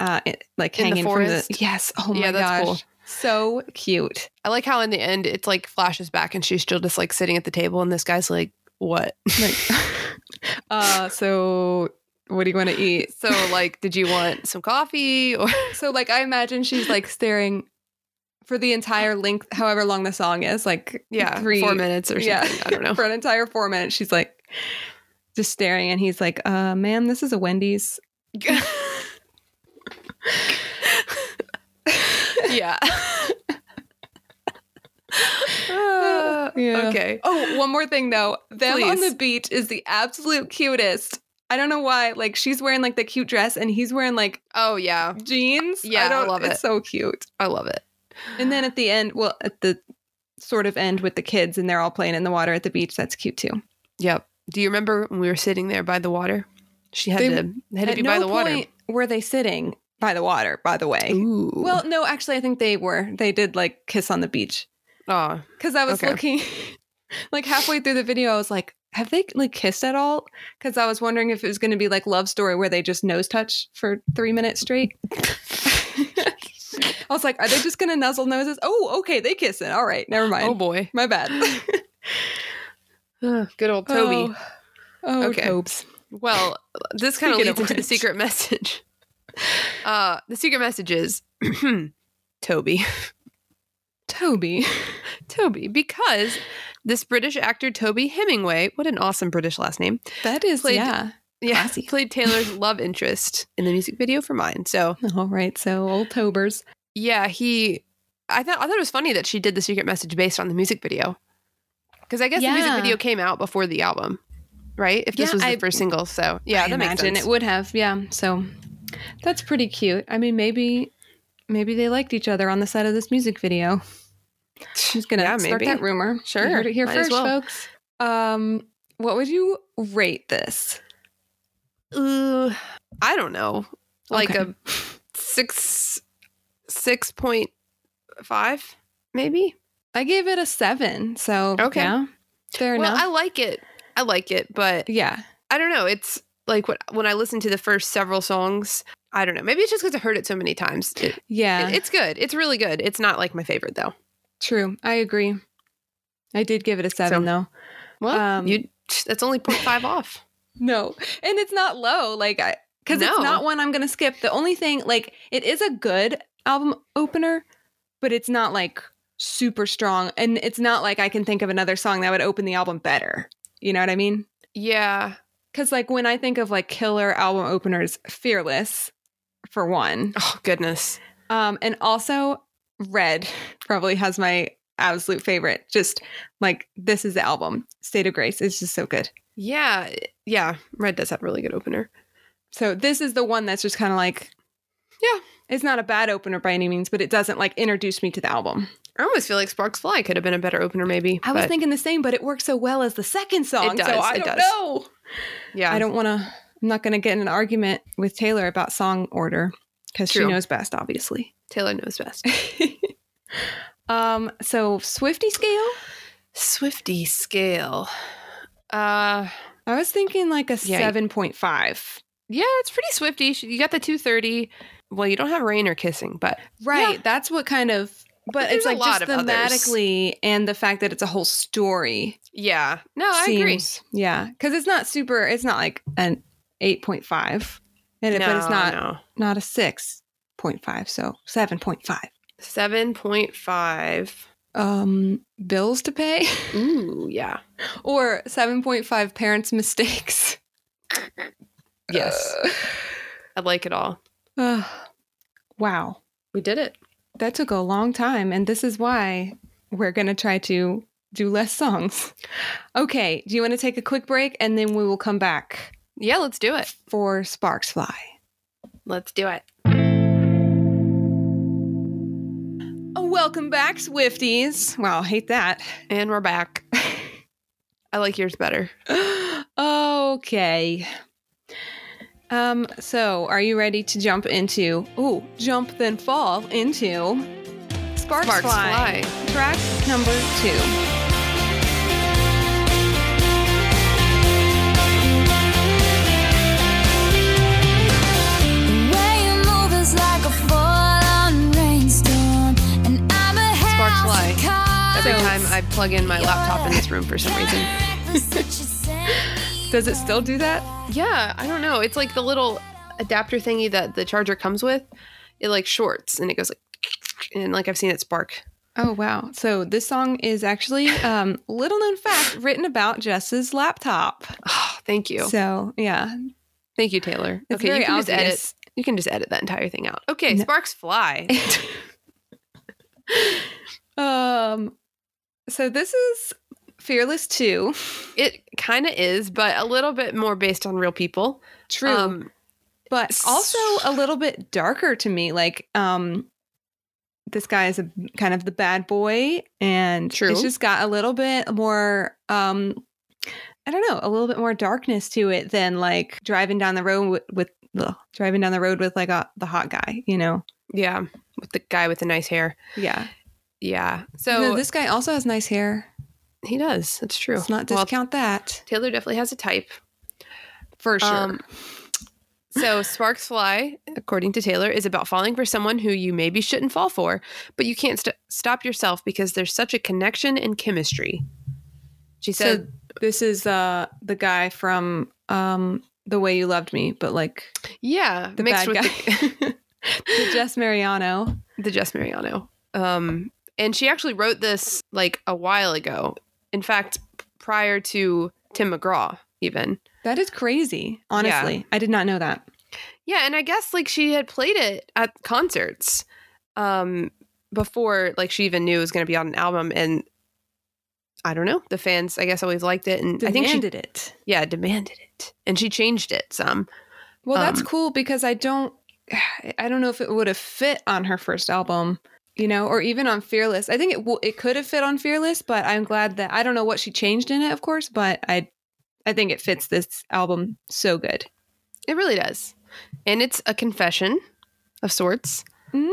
[SPEAKER 1] uh, it, like
[SPEAKER 2] In the
[SPEAKER 1] hanging from the
[SPEAKER 2] forest?
[SPEAKER 1] yes. Oh my
[SPEAKER 2] Yeah,
[SPEAKER 1] gosh,
[SPEAKER 2] that's cool.
[SPEAKER 1] so cute.
[SPEAKER 2] I like how in the end it's like flashes back and she's still just like sitting at the table and this guy's like, what?
[SPEAKER 1] Like, uh, so what do you want to eat?
[SPEAKER 2] so like, did you want some coffee or
[SPEAKER 1] So like I imagine she's like staring for the entire length, however long the song is, like
[SPEAKER 2] yeah,
[SPEAKER 1] Three-
[SPEAKER 2] four minutes or something?
[SPEAKER 1] yeah.
[SPEAKER 2] I don't know.
[SPEAKER 1] for an entire four minutes, she's like just staring, and he's like, "Uh, ma'am, this is a Wendy's."
[SPEAKER 2] yeah. Uh,
[SPEAKER 1] Yeah.
[SPEAKER 2] Okay.
[SPEAKER 1] Oh, one more thing though. Them on
[SPEAKER 2] Please.
[SPEAKER 1] the beach is the absolute cutest. I don't know why. Like she's wearing like the cute dress, and he's wearing like
[SPEAKER 2] Oh yeah,
[SPEAKER 1] jeans.
[SPEAKER 2] Yeah, I
[SPEAKER 1] don't,
[SPEAKER 2] love
[SPEAKER 1] it's
[SPEAKER 2] it.
[SPEAKER 1] so cute.
[SPEAKER 2] I love it.
[SPEAKER 1] And then at the end, well, at the sort of end with the kids, and they're all playing in the water at the beach. That's cute too.
[SPEAKER 2] Yep. Do you remember when we were sitting there by the water? She had
[SPEAKER 1] They-
[SPEAKER 2] to had to
[SPEAKER 1] at
[SPEAKER 2] be
[SPEAKER 1] no
[SPEAKER 2] by the water.
[SPEAKER 1] point were they sitting by the water? By the way,
[SPEAKER 2] Ooh.
[SPEAKER 1] well, no, actually, I think they were. They did like kiss on the beach.
[SPEAKER 2] oh,
[SPEAKER 1] because I was
[SPEAKER 2] Okay.
[SPEAKER 1] looking like halfway through the video. I was like, have they like kissed at all? Because I was wondering if it was going to be like Love Story where they just nose touch for three minutes straight. I was like, are they just going to nuzzle noses? Oh, okay, they kissing. All right, never mind.
[SPEAKER 2] oh boy.
[SPEAKER 1] My bad.
[SPEAKER 2] Ugh, Good old
[SPEAKER 1] Oh,
[SPEAKER 2] Toby.
[SPEAKER 1] oh
[SPEAKER 2] Okay.
[SPEAKER 1] Tobes.
[SPEAKER 2] Well, this kind of
[SPEAKER 1] Speaking
[SPEAKER 2] leads
[SPEAKER 1] of
[SPEAKER 2] into the
[SPEAKER 1] which.
[SPEAKER 2] secret message. Uh, the secret message is Toby.
[SPEAKER 1] Toby.
[SPEAKER 2] Toby, because this British actor Toby Hemingway, what an awesome British last name.
[SPEAKER 1] That is,
[SPEAKER 2] Played-
[SPEAKER 1] yeah.
[SPEAKER 2] Yeah,
[SPEAKER 1] Classy.
[SPEAKER 2] played Taylor's love interest in the music video for mine. So
[SPEAKER 1] All right, so old Tobers.
[SPEAKER 2] yeah, he. I thought I thought it was funny that she did the secret message based on the music video, because I guess the music
[SPEAKER 1] Yeah.
[SPEAKER 2] video came out before the album, right? If this
[SPEAKER 1] Yeah,
[SPEAKER 2] was the
[SPEAKER 1] I-
[SPEAKER 2] first single, so yeah,
[SPEAKER 1] I
[SPEAKER 2] that makes
[SPEAKER 1] imagine
[SPEAKER 2] sense.
[SPEAKER 1] it would have, yeah. So that's pretty cute. I mean, maybe maybe they liked each other on the set of this music video. She's gonna
[SPEAKER 2] Yeah,
[SPEAKER 1] start
[SPEAKER 2] maybe.
[SPEAKER 1] that rumor.
[SPEAKER 2] Sure,
[SPEAKER 1] you heard it here
[SPEAKER 2] might as
[SPEAKER 1] first,
[SPEAKER 2] well.
[SPEAKER 1] folks. Um, what would you rate this?
[SPEAKER 2] Ooh, Uh, I don't know, like
[SPEAKER 1] Okay.
[SPEAKER 2] a six, six point five, maybe.
[SPEAKER 1] I gave it a seven. So
[SPEAKER 2] Okay.
[SPEAKER 1] yeah, fair
[SPEAKER 2] well,
[SPEAKER 1] enough.
[SPEAKER 2] I like it. I like it, but
[SPEAKER 1] yeah,
[SPEAKER 2] I don't know. It's like what when I listened to the first several songs. I don't know. Maybe it's just because I heard it so many times. It-
[SPEAKER 1] yeah,
[SPEAKER 2] it- it's good. It's really good. It's not like my favorite though.
[SPEAKER 1] true. I agree. I did give it a seven
[SPEAKER 2] So-
[SPEAKER 1] though.
[SPEAKER 2] Well,
[SPEAKER 1] Um,
[SPEAKER 2] you that's only 0.5 off.
[SPEAKER 1] No, and it's not low. Like I. Because it's
[SPEAKER 2] No.
[SPEAKER 1] not one I'm going to skip. The only thing, like, it is a good album opener, but it's not like super strong. And it's not like I can think of another song that would open the album better. You know what I mean?
[SPEAKER 2] Yeah.
[SPEAKER 1] Because, like, when I think of like killer album openers, Fearless, for one,
[SPEAKER 2] Oh goodness.
[SPEAKER 1] um, and also Red probably has my absolute favorite. Just like, this is the album, State of Grace. It's just so good.
[SPEAKER 2] Yeah. Yeah. Red does have a really good opener.
[SPEAKER 1] So, this is the one that's just kind of like,
[SPEAKER 2] Yeah.
[SPEAKER 1] it's not a bad opener by any means, but it doesn't like introduce me to the album.
[SPEAKER 2] I almost feel like Sparks Fly could have been a better opener, maybe.
[SPEAKER 1] I was
[SPEAKER 2] but
[SPEAKER 1] thinking the same, but it works so well as the second song.
[SPEAKER 2] does,
[SPEAKER 1] so I
[SPEAKER 2] it
[SPEAKER 1] don't
[SPEAKER 2] does.
[SPEAKER 1] know.
[SPEAKER 2] yeah,
[SPEAKER 1] I don't want to. I'm not going to get in an argument with Taylor about song order because she
[SPEAKER 2] True.
[SPEAKER 1] knows best, obviously.
[SPEAKER 2] Taylor knows best.
[SPEAKER 1] um. So Swifty scale.
[SPEAKER 2] Swifty scale. Uh,
[SPEAKER 1] I was thinking like a
[SPEAKER 2] Yeah.
[SPEAKER 1] seven point five.
[SPEAKER 2] yeah, it's pretty Swifty. She- You got the 230. Well, you don't have rain or kissing, but
[SPEAKER 1] Right. That's what kind of. But,
[SPEAKER 2] there's
[SPEAKER 1] it's
[SPEAKER 2] a
[SPEAKER 1] like
[SPEAKER 2] lot
[SPEAKER 1] just
[SPEAKER 2] of others.
[SPEAKER 1] thematically and the fact that it's a whole story.
[SPEAKER 2] yeah. No, I agree.
[SPEAKER 1] seems, agree. Yeah, because it's not super. It's not like an eight point five, and it, but it's
[SPEAKER 2] No,
[SPEAKER 1] not
[SPEAKER 2] no.
[SPEAKER 1] not a six point five. So seven point five.
[SPEAKER 2] 7.5.
[SPEAKER 1] Um, bills to pay.
[SPEAKER 2] Ooh, yeah.
[SPEAKER 1] or 7.5 parents mistakes
[SPEAKER 2] Yes. I like it all.
[SPEAKER 1] Ugh. wow
[SPEAKER 2] We did it.
[SPEAKER 1] that took a long time and this is why we're going to try to do less songs okay do you want to take a quick break and then we will come back
[SPEAKER 2] Yeah, let's do it.
[SPEAKER 1] for sparks fly
[SPEAKER 2] Let's do it.
[SPEAKER 1] welcome back swifties wow hate that
[SPEAKER 2] And we're back. I like yours better.
[SPEAKER 1] okay um so are you ready to jump into ooh jump then fall into sparks,
[SPEAKER 2] Sparks
[SPEAKER 1] fly.
[SPEAKER 2] fly.
[SPEAKER 1] Track number two.
[SPEAKER 3] The way you move is like a full-on rainstorm, and
[SPEAKER 2] plug in my laptop in this room for some reason.
[SPEAKER 1] Does it still do that?
[SPEAKER 2] Yeah, I don't know. It's like the little adapter thingy that the charger comes with. It like shorts and it goes like, and like I've seen it spark.
[SPEAKER 1] Oh wow! So this song is actually um, little known fact written about Jess's laptop.
[SPEAKER 2] Oh, thank you,
[SPEAKER 1] So yeah,
[SPEAKER 2] thank you, Taylor.
[SPEAKER 1] It's
[SPEAKER 2] okay,
[SPEAKER 1] very
[SPEAKER 2] you can just edit.
[SPEAKER 1] obvious.
[SPEAKER 2] You can just edit that entire thing out. Okay,
[SPEAKER 1] No.
[SPEAKER 2] sparks fly.
[SPEAKER 1] um, so this is Fearless Two.
[SPEAKER 2] it kind of is, but a little bit more based on real people.
[SPEAKER 1] True,
[SPEAKER 2] Um,
[SPEAKER 1] but also a little bit darker to me. Like, um, this guy is a kind of the bad boy, and
[SPEAKER 2] True.
[SPEAKER 1] it's just got a little bit more. Um, I don't know, a little bit more darkness to it than like driving down the road with, with ugh, driving down the road with like a, the hot guy. You know,
[SPEAKER 2] yeah, with the guy with the nice hair.
[SPEAKER 1] yeah.
[SPEAKER 2] Yeah. So
[SPEAKER 1] So this guy also has nice hair.
[SPEAKER 2] he does. That's true.
[SPEAKER 1] Let's not
[SPEAKER 2] Well,
[SPEAKER 1] discount that
[SPEAKER 2] Taylor definitely has a type.
[SPEAKER 1] for sure.
[SPEAKER 2] Um, so Sparks Fly, according to Taylor, is about falling for someone who you maybe shouldn't fall for, but you can't st- stop yourself because there's such a connection and chemistry. She
[SPEAKER 1] so
[SPEAKER 2] said,
[SPEAKER 1] this is uh the guy from um the way you loved me, but like
[SPEAKER 2] "Yeah,
[SPEAKER 1] the
[SPEAKER 2] mixed
[SPEAKER 1] bad
[SPEAKER 2] with
[SPEAKER 1] guy, the, Jess Mariano.
[SPEAKER 2] The, the Jess Mariano." Um, and she actually wrote this like a while ago. In fact, prior to Tim McGraw, even.
[SPEAKER 1] That is crazy. Honestly, I did not know that.
[SPEAKER 2] Yeah, and I guess like she had played it at concerts um before like she even knew it was going to be on an album and I don't know. The fans I guess always liked it and I think she
[SPEAKER 1] Demanded it.
[SPEAKER 2] yeah, demanded it. And she changed it some.
[SPEAKER 1] Well, that's
[SPEAKER 2] Um,
[SPEAKER 1] cool because I don't, I don't know if it would have fit on her first album, you know, or even on Fearless. I think it w- it could have fit on Fearless, but I'm glad that I don't know what she changed in it, of course, but I, I think it fits this album so good.
[SPEAKER 2] It really does. And it's a confession of sorts
[SPEAKER 1] Mm,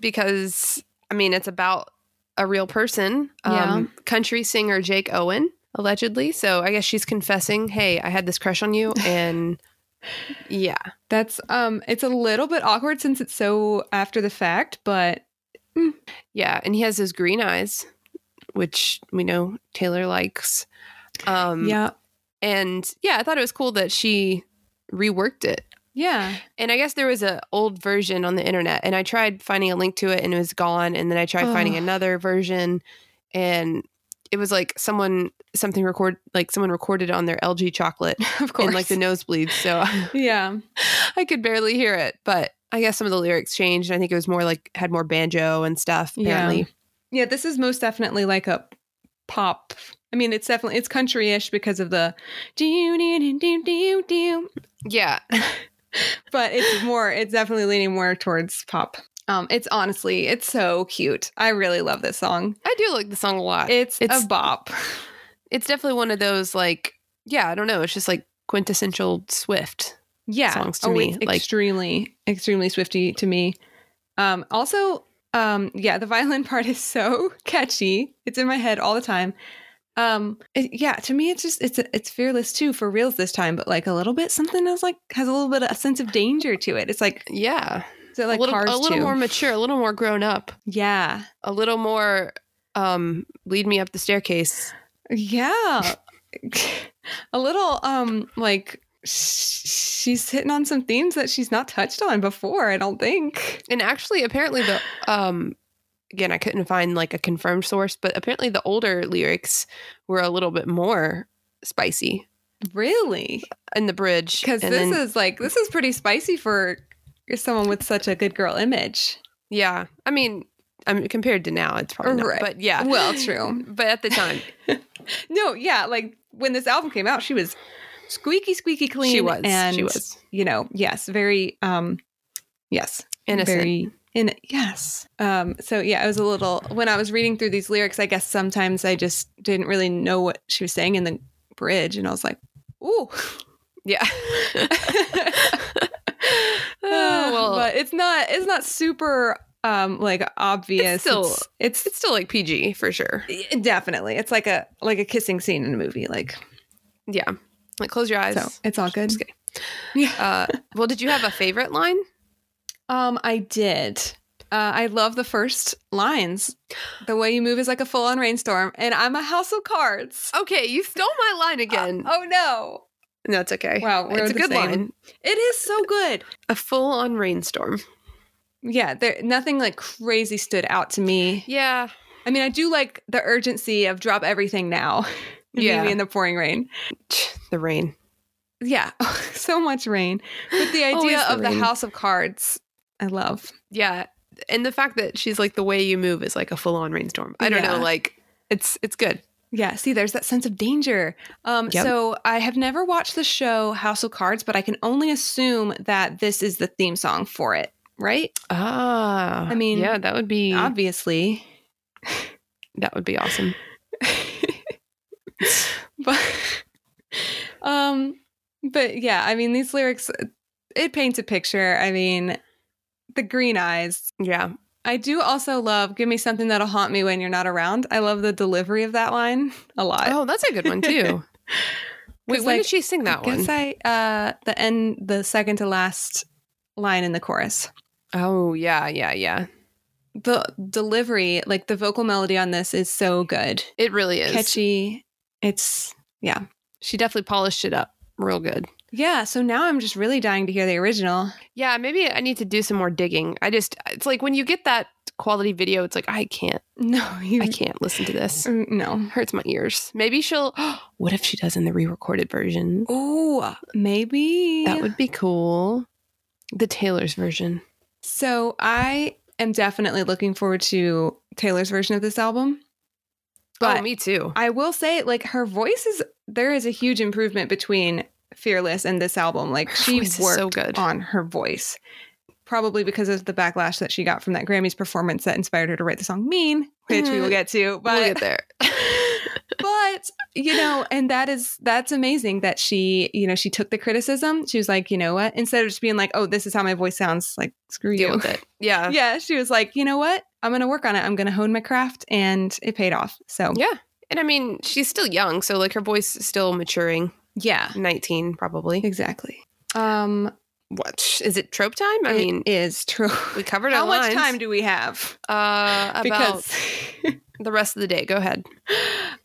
[SPEAKER 2] because I mean, it's about a real person, um, country singer Jake Owen allegedly. So I guess she's confessing, "Hey, I had this crush on you." And yeah.
[SPEAKER 1] that's um, it's a little bit awkward since it's so after the fact, but
[SPEAKER 2] Yeah, and he has those green eyes, which we know Taylor likes. Um,
[SPEAKER 1] yeah,
[SPEAKER 2] and yeah, I thought it was cool that she reworked it.
[SPEAKER 1] yeah,
[SPEAKER 2] And I guess there was a old version on the internet, and I tried finding a link to it, and it was gone. And then I tried finding
[SPEAKER 1] Ugh.
[SPEAKER 2] another version, and it was like someone something record like someone recorded on their LG chocolate
[SPEAKER 1] of course,
[SPEAKER 2] and like the nosebleeds, so
[SPEAKER 1] yeah,
[SPEAKER 2] I could barely hear it. But I guess some of the lyrics changed, and I think it was more like had more banjo and stuff.
[SPEAKER 1] Yeah.
[SPEAKER 2] Apparently,
[SPEAKER 1] yeah. This is most definitely like a pop. I mean, it's definitely it's country-ish because of the do do do do do,
[SPEAKER 2] yeah.
[SPEAKER 1] but it's more. It's definitely leaning more towards pop. Um, it's honestly, it's so cute. I really love this song.
[SPEAKER 2] I do like the song a lot.
[SPEAKER 1] It's,
[SPEAKER 2] It's-
[SPEAKER 1] a bop.
[SPEAKER 2] it's definitely one of those like, yeah, I don't know. It's just like quintessential Swift.
[SPEAKER 1] yeah
[SPEAKER 2] songs to
[SPEAKER 1] oh,
[SPEAKER 2] me,
[SPEAKER 1] it's
[SPEAKER 2] like-
[SPEAKER 1] extremely extremely swifty to me um also um yeah the violin part is so catchy it's in my head all the time um it- yeah to me it's just it's it's fearless too for reals this time but like a little bit something that's like has a little bit of a sense of danger to it it's like
[SPEAKER 2] Yeah,
[SPEAKER 1] so like
[SPEAKER 2] a little,
[SPEAKER 1] cars
[SPEAKER 2] a little
[SPEAKER 1] too.
[SPEAKER 2] more mature, a little more grown up,
[SPEAKER 1] yeah
[SPEAKER 2] a little more. Um, lead me up the staircase.
[SPEAKER 1] yeah a little um like sh- she's hitting on some themes that she's not touched on before i don't think
[SPEAKER 2] And actually, apparently the um, again, I couldn't find like a confirmed source, but apparently the older lyrics were a little bit more spicy
[SPEAKER 1] really
[SPEAKER 2] in the bridge
[SPEAKER 1] Because
[SPEAKER 2] And
[SPEAKER 1] this
[SPEAKER 2] then-
[SPEAKER 1] is like this is pretty spicy for someone with such a good girl image.
[SPEAKER 2] yeah. I mean, I mean, compared to now, it's probably not,
[SPEAKER 1] Right.
[SPEAKER 2] but yeah.
[SPEAKER 1] Well, true.
[SPEAKER 2] But at the time,
[SPEAKER 1] No, yeah, like when this album came out, she was squeaky, squeaky clean.
[SPEAKER 2] she was.
[SPEAKER 1] and
[SPEAKER 2] she was
[SPEAKER 1] you know, yes, very, um, yes,
[SPEAKER 2] innocent.
[SPEAKER 1] very. In yes, um, so yeah, I was a little when I was reading through these lyrics. I guess sometimes I just didn't really know what she was saying in the bridge, and I was like, "Ooh,
[SPEAKER 2] Yeah.
[SPEAKER 1] Uh,
[SPEAKER 2] Oh, well,
[SPEAKER 1] but it's not it's not super um like obvious.
[SPEAKER 2] still-
[SPEAKER 1] it's, it's
[SPEAKER 2] it's still like PG for sure.
[SPEAKER 1] Yeah, definitely it's like a like a kissing scene in a movie like
[SPEAKER 2] Yeah. Like close your eyes.
[SPEAKER 1] so it's all good
[SPEAKER 2] Just kidding.
[SPEAKER 1] yeah
[SPEAKER 2] Uh, well, did you have a favorite line?
[SPEAKER 1] um i did Uh, I love the first lines. The way you move is like a full on rainstorm, and I'm a house of cards.
[SPEAKER 2] Okay, you stole my line again.
[SPEAKER 1] Oh no.
[SPEAKER 2] Uh, no, it's okay.
[SPEAKER 1] Wow, we're
[SPEAKER 2] it's a
[SPEAKER 1] the
[SPEAKER 2] good
[SPEAKER 1] same.
[SPEAKER 2] line.
[SPEAKER 1] It is so good.
[SPEAKER 2] A full on rainstorm.
[SPEAKER 1] Yeah, there nothing like crazy stood out to me.
[SPEAKER 2] Yeah.
[SPEAKER 1] I mean, I do like the urgency of drop everything now.
[SPEAKER 2] Yeah.
[SPEAKER 1] Maybe in the pouring rain.
[SPEAKER 2] The rain.
[SPEAKER 1] Yeah, so much rain. But the idea
[SPEAKER 2] Always the
[SPEAKER 1] of
[SPEAKER 2] rain.
[SPEAKER 1] the house of cards, I love.
[SPEAKER 2] Yeah. And the fact that she's like the way you move is like a full on rainstorm. I don't
[SPEAKER 1] Yeah.
[SPEAKER 2] know, like it's it's good.
[SPEAKER 1] Yeah, see, there's that sense of danger. Um,
[SPEAKER 2] Yep.
[SPEAKER 1] So I have never watched the show House of Cards, but I can only assume that this is the theme song for it, right?
[SPEAKER 2] Ah.
[SPEAKER 1] I mean,
[SPEAKER 2] yeah, that would be
[SPEAKER 1] Obviously.
[SPEAKER 2] that would be awesome.
[SPEAKER 1] but um but yeah i mean these lyrics it paints a picture i mean the green eyes
[SPEAKER 2] Yeah.
[SPEAKER 1] i do also love give me something that'll haunt me when you're not around i love the delivery of that line a lot
[SPEAKER 2] oh, that's a good one too. Wait,
[SPEAKER 1] 'Cause,
[SPEAKER 2] when
[SPEAKER 1] like,
[SPEAKER 2] did she sing that
[SPEAKER 1] i guess
[SPEAKER 2] one?
[SPEAKER 1] i uh the end the second to last line in the chorus
[SPEAKER 2] oh, yeah, yeah, yeah.
[SPEAKER 1] the delivery like the vocal melody on this is so good
[SPEAKER 2] It really is.
[SPEAKER 1] catchy it's
[SPEAKER 2] She definitely polished it up real good.
[SPEAKER 1] yeah so now i'm just really dying to hear the original
[SPEAKER 2] Yeah, maybe I need to do some more digging. I just it's like when you get that quality video, it's like I can't
[SPEAKER 1] no you
[SPEAKER 2] I can't listen to this.
[SPEAKER 1] Mm, no
[SPEAKER 2] Hurts my ears. Maybe she'll what if she does in the re-recorded version?
[SPEAKER 1] Oh, maybe.
[SPEAKER 2] That would be cool. The Taylor's version.
[SPEAKER 1] so I am definitely looking forward to Taylor's version of this album. But
[SPEAKER 2] Oh, me too.
[SPEAKER 1] I will say, like, her voice is there is a huge improvement between Fearless and this album. Like,
[SPEAKER 2] Her
[SPEAKER 1] she
[SPEAKER 2] voice is
[SPEAKER 1] worked
[SPEAKER 2] so good.
[SPEAKER 1] on her voice, probably because of the backlash that she got from that Grammys performance that inspired her to write the song Mean, which we will
[SPEAKER 2] Mhm.
[SPEAKER 1] get to. But
[SPEAKER 2] we'll get there.
[SPEAKER 1] but you know and that is that's amazing that she you know she took the criticism she was like you know what instead of just being like oh this is how my voice sounds like screw
[SPEAKER 2] Deal
[SPEAKER 1] you
[SPEAKER 2] with it. Yeah.
[SPEAKER 1] yeah she was like you know what i'm gonna work on it i'm gonna hone my craft and it paid off so
[SPEAKER 2] Yeah. And I mean, she's still young, so like her voice is still maturing.
[SPEAKER 1] yeah
[SPEAKER 2] 19 probably.
[SPEAKER 1] exactly um
[SPEAKER 2] What? Is Mm-hmm. it trope time? I
[SPEAKER 1] it
[SPEAKER 2] mean,
[SPEAKER 1] is true
[SPEAKER 2] we covered
[SPEAKER 1] how
[SPEAKER 2] our
[SPEAKER 1] much
[SPEAKER 2] lines.
[SPEAKER 1] time do we have
[SPEAKER 2] uh about
[SPEAKER 1] because
[SPEAKER 2] the rest of the day. Go ahead.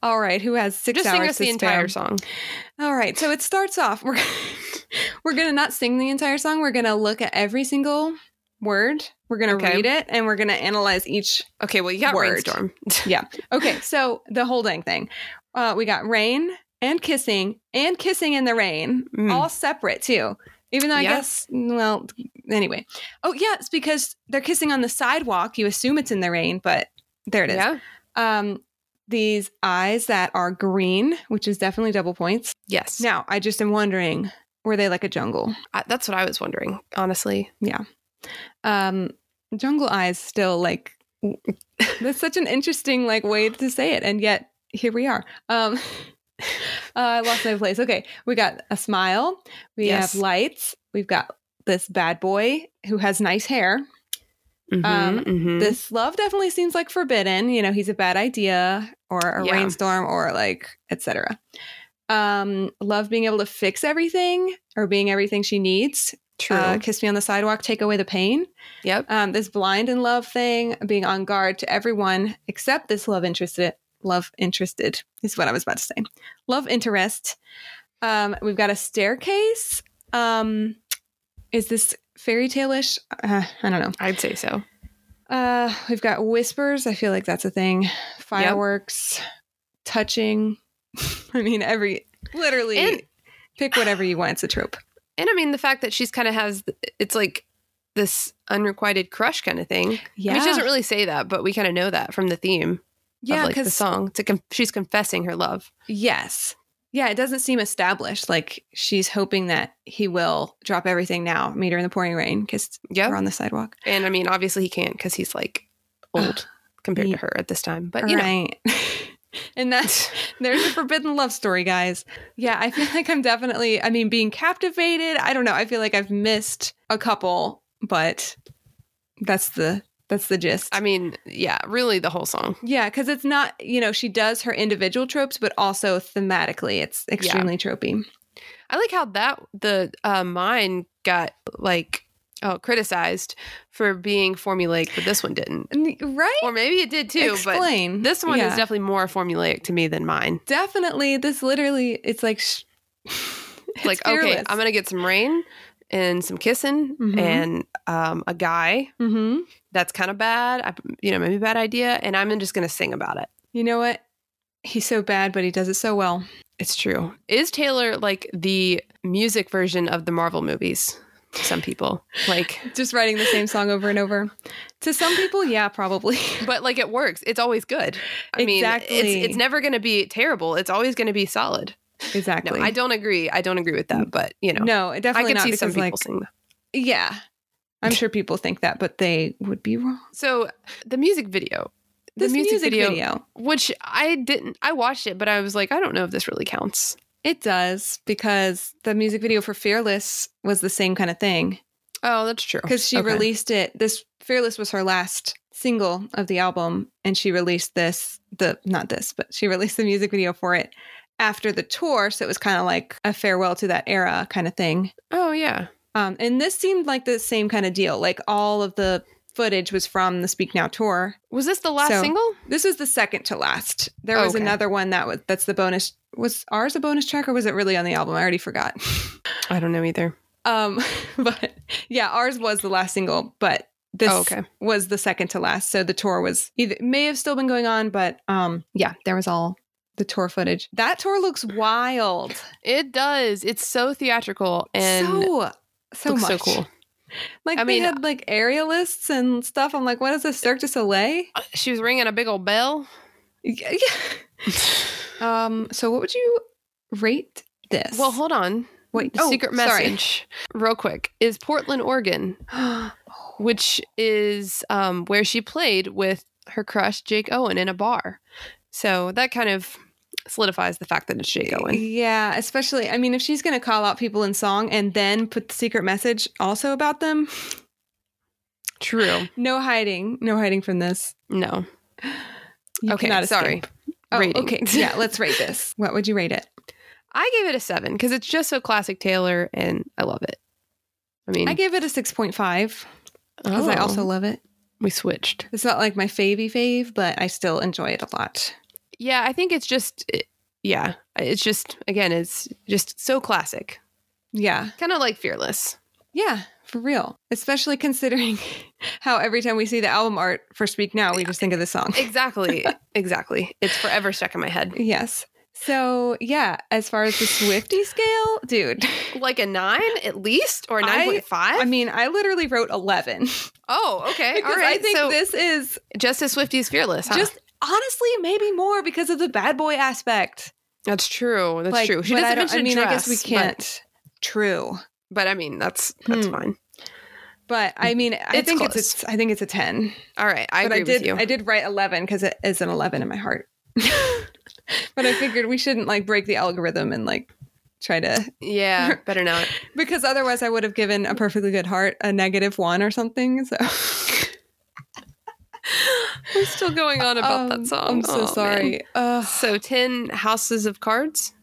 [SPEAKER 1] all right who has six
[SPEAKER 2] Just
[SPEAKER 1] hours
[SPEAKER 2] sing us
[SPEAKER 1] to
[SPEAKER 2] the
[SPEAKER 1] spare?
[SPEAKER 2] entire song.
[SPEAKER 1] All right, so it starts off. We're we're gonna not sing the entire song. We're gonna look at every single word. We're gonna
[SPEAKER 2] Okay.
[SPEAKER 1] read it, and we're gonna analyze each.
[SPEAKER 2] Okay, well, you got
[SPEAKER 1] Word.
[SPEAKER 2] rainstorm.
[SPEAKER 1] Okay, so the whole dang thing. Uh, we got rain and kissing and kissing in the rain,
[SPEAKER 2] Mm.
[SPEAKER 1] all separate too. Even though I
[SPEAKER 2] Yeah.
[SPEAKER 1] guess well, anyway. Oh yeah, it's because they're kissing on the sidewalk. You assume it's in the rain, but there it is.
[SPEAKER 2] Yeah.
[SPEAKER 1] Um, these eyes that are green, which is definitely double points.
[SPEAKER 2] Yes.
[SPEAKER 1] Now, I just am wondering, were they like a jungle?
[SPEAKER 2] I, that's what I was wondering, honestly.
[SPEAKER 1] Um, jungle eyes still like that's such an interesting like way to say it, and yet here we are. Um, uh, I lost my place. Okay, we got a smile. We
[SPEAKER 2] Yes.
[SPEAKER 1] have lights. We've got this bad boy who has nice hair.
[SPEAKER 2] Mm-hmm.
[SPEAKER 1] Um,
[SPEAKER 2] mhm.
[SPEAKER 1] This love definitely seems like forbidden. You know, he's a bad idea or a
[SPEAKER 2] Yeah.
[SPEAKER 1] rainstorm or like etc. Um, love being able to fix everything or being everything she needs.
[SPEAKER 2] True.
[SPEAKER 1] Uh, kiss me on the sidewalk, take away the pain.
[SPEAKER 2] yep.
[SPEAKER 1] Um, this blind in love thing, being on guard to everyone except this love interested. Love interested is what I was about to say. Love interest. Um, we've got a staircase. Um, is this fairy tale ish? Uh, I don't know.
[SPEAKER 2] I'd say so.
[SPEAKER 1] Uh, we've got whispers. I feel like that's a thing. Fireworks, touching. I mean, every literally
[SPEAKER 2] And-
[SPEAKER 1] pick whatever you want. It's a trope.
[SPEAKER 2] And I mean, the fact that she's kind of has, it's like this unrequited crush kind of thing. I
[SPEAKER 1] Yeah,
[SPEAKER 2] mean, she doesn't really say that, but we kind of know that from the theme
[SPEAKER 1] yeah,
[SPEAKER 2] of like the song. It's a com- she's confessing her love.
[SPEAKER 1] Yes. Yeah, it doesn't seem established. Like she's hoping that he will drop everything now, meet her in the pouring rain, kiss her
[SPEAKER 2] Yeah.
[SPEAKER 1] on the sidewalk.
[SPEAKER 2] And I mean, obviously he can't because he's like old compared to her at this time. But you know,
[SPEAKER 1] right. and that's there's a forbidden love story, guys. Yeah, I feel like I'm definitely, I mean, being captivated. I don't know. I feel like I've missed a couple, but that's the that's the gist.
[SPEAKER 2] I mean, yeah, really the whole song.
[SPEAKER 1] yeah, because it's not, you know, she does her individual tropes, but also thematically, it's extremely tropey.
[SPEAKER 2] I like how that the uh, mine got like oh criticized for being formulaic, but this one didn't.
[SPEAKER 1] Right?
[SPEAKER 2] Or maybe it did too,
[SPEAKER 1] Explain.
[SPEAKER 2] but this one is
[SPEAKER 1] Yeah.
[SPEAKER 2] definitely more formulaic to me than mine.
[SPEAKER 1] Definitely. This literally, it's like, sh- it's
[SPEAKER 2] like, okay, I'm gonna get some rain and some kissing
[SPEAKER 1] Mhm.
[SPEAKER 2] and um, a guy
[SPEAKER 1] Mm-hmm.
[SPEAKER 2] that's kind of bad. I, you know, maybe a bad idea, and I'm just gonna sing about it.
[SPEAKER 1] You know what? He's so bad, but he does it so well.
[SPEAKER 2] It's true. Is Taylor like the music version of the Marvel movies? Some people like,
[SPEAKER 1] Just writing the same song over and over. To some people, yeah, probably.
[SPEAKER 2] but like it works. It's always good. I mean,
[SPEAKER 1] Exactly.
[SPEAKER 2] it's, it's never going to be terrible. It's always going to be solid. No,
[SPEAKER 1] exactly.
[SPEAKER 2] I don't agree. I don't agree with that. But you know,
[SPEAKER 1] No,
[SPEAKER 2] I
[SPEAKER 1] definitely
[SPEAKER 2] could
[SPEAKER 1] not.
[SPEAKER 2] see
[SPEAKER 1] because,
[SPEAKER 2] some people
[SPEAKER 1] like,
[SPEAKER 2] sing. that.
[SPEAKER 1] yeah, I'm sure people think that, but they would be wrong.
[SPEAKER 2] So the music video, the
[SPEAKER 1] This
[SPEAKER 2] music, video, which I didn't. I watched it, but I was like, I don't know if this really counts.
[SPEAKER 1] it does because the music video for Fearless was the same kind of thing
[SPEAKER 2] Oh, that's true.
[SPEAKER 1] because she
[SPEAKER 2] Okay.
[SPEAKER 1] released it. This Fearless was her last single of the album, and she released this the not this, but she released the music video for it after the tour, so it was kind of like a farewell to that era kind of thing.
[SPEAKER 2] Oh yeah.
[SPEAKER 1] Um, and this seemed like the same kind of deal. Like all of the footage was from the Speak Now tour,
[SPEAKER 2] Was this the last
[SPEAKER 1] So-
[SPEAKER 2] single?
[SPEAKER 1] This is the second to last. There was
[SPEAKER 2] Okay.
[SPEAKER 1] another one that was that's the bonus. Was ours a bonus track or was it really on the album? I already forgot.
[SPEAKER 2] I don't know either.
[SPEAKER 1] Um, but yeah, ours was the last single, but this
[SPEAKER 2] Oh, okay.
[SPEAKER 1] was the second to last. So the tour was either may have still been going on, but um, yeah, there was all the tour footage. That tour looks wild.
[SPEAKER 2] It does. It's so theatrical and
[SPEAKER 1] so so
[SPEAKER 2] looks
[SPEAKER 1] much
[SPEAKER 2] so cool.
[SPEAKER 1] Like
[SPEAKER 2] I
[SPEAKER 1] they
[SPEAKER 2] mean-
[SPEAKER 1] had like aerialists and stuff. I'm like, what is this Cirque du Soleil?
[SPEAKER 2] She was ringing a big old bell.
[SPEAKER 1] Yeah. yeah. um. So, what would you rate this?
[SPEAKER 2] Well, hold on.
[SPEAKER 1] Wait,
[SPEAKER 2] The secret message, real quick, is Portland, Oregon,
[SPEAKER 1] Sorry.
[SPEAKER 2] which is um, where she played with her crush Jake Owen in a bar. So that kind of solidifies the fact that it's Jake Owen.
[SPEAKER 1] yeah, especially. I mean, if she's gonna call out people in song and then put the secret message also about them,
[SPEAKER 2] True.
[SPEAKER 1] no hiding, no hiding from this.
[SPEAKER 2] No.
[SPEAKER 1] You
[SPEAKER 2] okay.
[SPEAKER 1] cannot escape.
[SPEAKER 2] Sorry.
[SPEAKER 1] Oh,
[SPEAKER 2] Rating.
[SPEAKER 1] okay. Yeah, let's rate this. What would you rate it?
[SPEAKER 2] I gave it a seven because it's just so classic Taylor, and I love it. I mean,
[SPEAKER 1] I give it a six point five because I
[SPEAKER 2] Mm. oh,
[SPEAKER 1] also love it.
[SPEAKER 2] we switched.
[SPEAKER 1] It's not like my favy fave, but I still enjoy it a lot.
[SPEAKER 2] Yeah, I think it's just, it, yeah, it's just again, it's just so classic,
[SPEAKER 1] Yeah,
[SPEAKER 2] kind of like Fearless.
[SPEAKER 1] Yeah, for real. Especially considering how every time we see the album art for Speak Now, we just think of this song.
[SPEAKER 2] Exactly, exactly. It's forever stuck in my head.
[SPEAKER 1] Yes. So, yeah, as far as the Swifty scale, dude,
[SPEAKER 2] Like a nine at least, or
[SPEAKER 1] I-
[SPEAKER 2] nine point
[SPEAKER 1] I
[SPEAKER 2] five.
[SPEAKER 1] mean, I literally wrote 11. Because
[SPEAKER 2] Oh, okay, all
[SPEAKER 1] I
[SPEAKER 2] right.
[SPEAKER 1] think
[SPEAKER 2] so
[SPEAKER 1] this is
[SPEAKER 2] just as Swifty is Fearless, huh?
[SPEAKER 1] just honestly maybe more because of the bad boy aspect.
[SPEAKER 2] that's true. That's
[SPEAKER 1] Like,
[SPEAKER 2] true. She
[SPEAKER 1] but
[SPEAKER 2] doesn't
[SPEAKER 1] I don't-
[SPEAKER 2] mention
[SPEAKER 1] I mean,
[SPEAKER 2] dress,
[SPEAKER 1] I guess we
[SPEAKER 2] but-
[SPEAKER 1] can't. True.
[SPEAKER 2] But, I mean, that's that's
[SPEAKER 1] Hmm.
[SPEAKER 2] fine.
[SPEAKER 1] But I mean, I
[SPEAKER 2] Mm, It's
[SPEAKER 1] think
[SPEAKER 2] close.
[SPEAKER 1] it's a, I think it's a 10.
[SPEAKER 2] All right, I
[SPEAKER 1] but
[SPEAKER 2] agree
[SPEAKER 1] I did
[SPEAKER 2] with you.
[SPEAKER 1] I did write 11 because it is an 11 in my heart. but I figured we shouldn't like break the algorithm and like try to
[SPEAKER 2] yeah, better not.
[SPEAKER 1] because otherwise I would have given a perfectly good heart a negative 1 or something. So
[SPEAKER 2] We're still going on about
[SPEAKER 1] Um,
[SPEAKER 2] that song.
[SPEAKER 1] I'm so
[SPEAKER 2] Aw, man.
[SPEAKER 1] sorry. Ugh.
[SPEAKER 2] So ten houses of cards.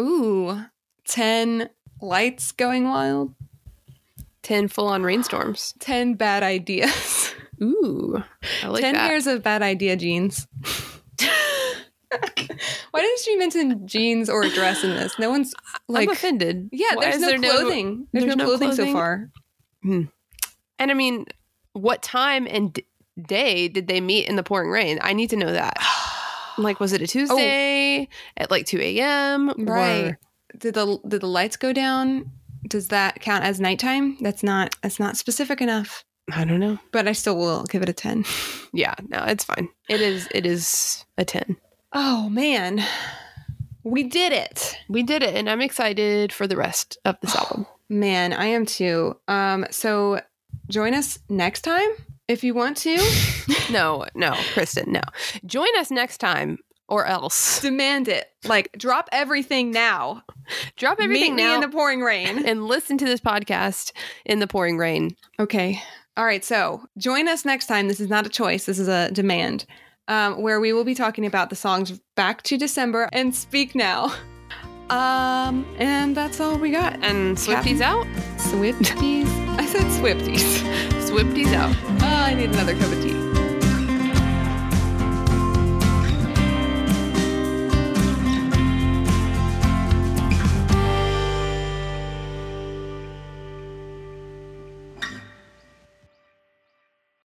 [SPEAKER 1] ooh, 10 lights going wild,
[SPEAKER 2] 10 full on rainstorms.
[SPEAKER 1] 10 bad ideas.
[SPEAKER 2] Ooh. I like
[SPEAKER 1] 10
[SPEAKER 2] that.
[SPEAKER 1] years of bad idea jeans. Why didn't she mention jeans or a dress in this? No one's like
[SPEAKER 2] I'm offended.
[SPEAKER 1] Yeah,
[SPEAKER 2] Why
[SPEAKER 1] there's
[SPEAKER 2] is
[SPEAKER 1] no
[SPEAKER 2] there
[SPEAKER 1] clothing. there's, no, clothing, so far.
[SPEAKER 2] and I mean, what time and d- day did they meet in the pouring rain? I need to know that. Like,
[SPEAKER 1] Oh.
[SPEAKER 2] was it a Tuesday at like 2 a.m.?
[SPEAKER 1] Right.
[SPEAKER 2] Or-
[SPEAKER 1] Did the did the lights go down? Does that count as nighttime? That's not that's not specific enough.
[SPEAKER 2] I don't know.
[SPEAKER 1] But I still will give it a ten.
[SPEAKER 2] Yeah, no, it's fine. It is, it is a 10.
[SPEAKER 1] Oh man. We did it.
[SPEAKER 2] We did it, and I'm excited for the rest of this album.
[SPEAKER 1] Man, I am too. Um so join us next time if you want to.
[SPEAKER 2] No, no, Kristen, no. Join us next time or else.
[SPEAKER 1] Demand it. Like drop everything now.
[SPEAKER 2] Drop everything
[SPEAKER 1] Meet me
[SPEAKER 2] now
[SPEAKER 1] in the pouring rain.
[SPEAKER 2] and listen to this podcast in the pouring rain.
[SPEAKER 1] Okay. All right. So join us next time. This is not a choice, this is a demand, um, where we will be talking about the songs Back to December and Speak Now. Um, and that's all we got.
[SPEAKER 2] And Swifties out.
[SPEAKER 1] Swifties. said Swifties.
[SPEAKER 2] Swifties out.
[SPEAKER 1] Oh, I need another cup of tea.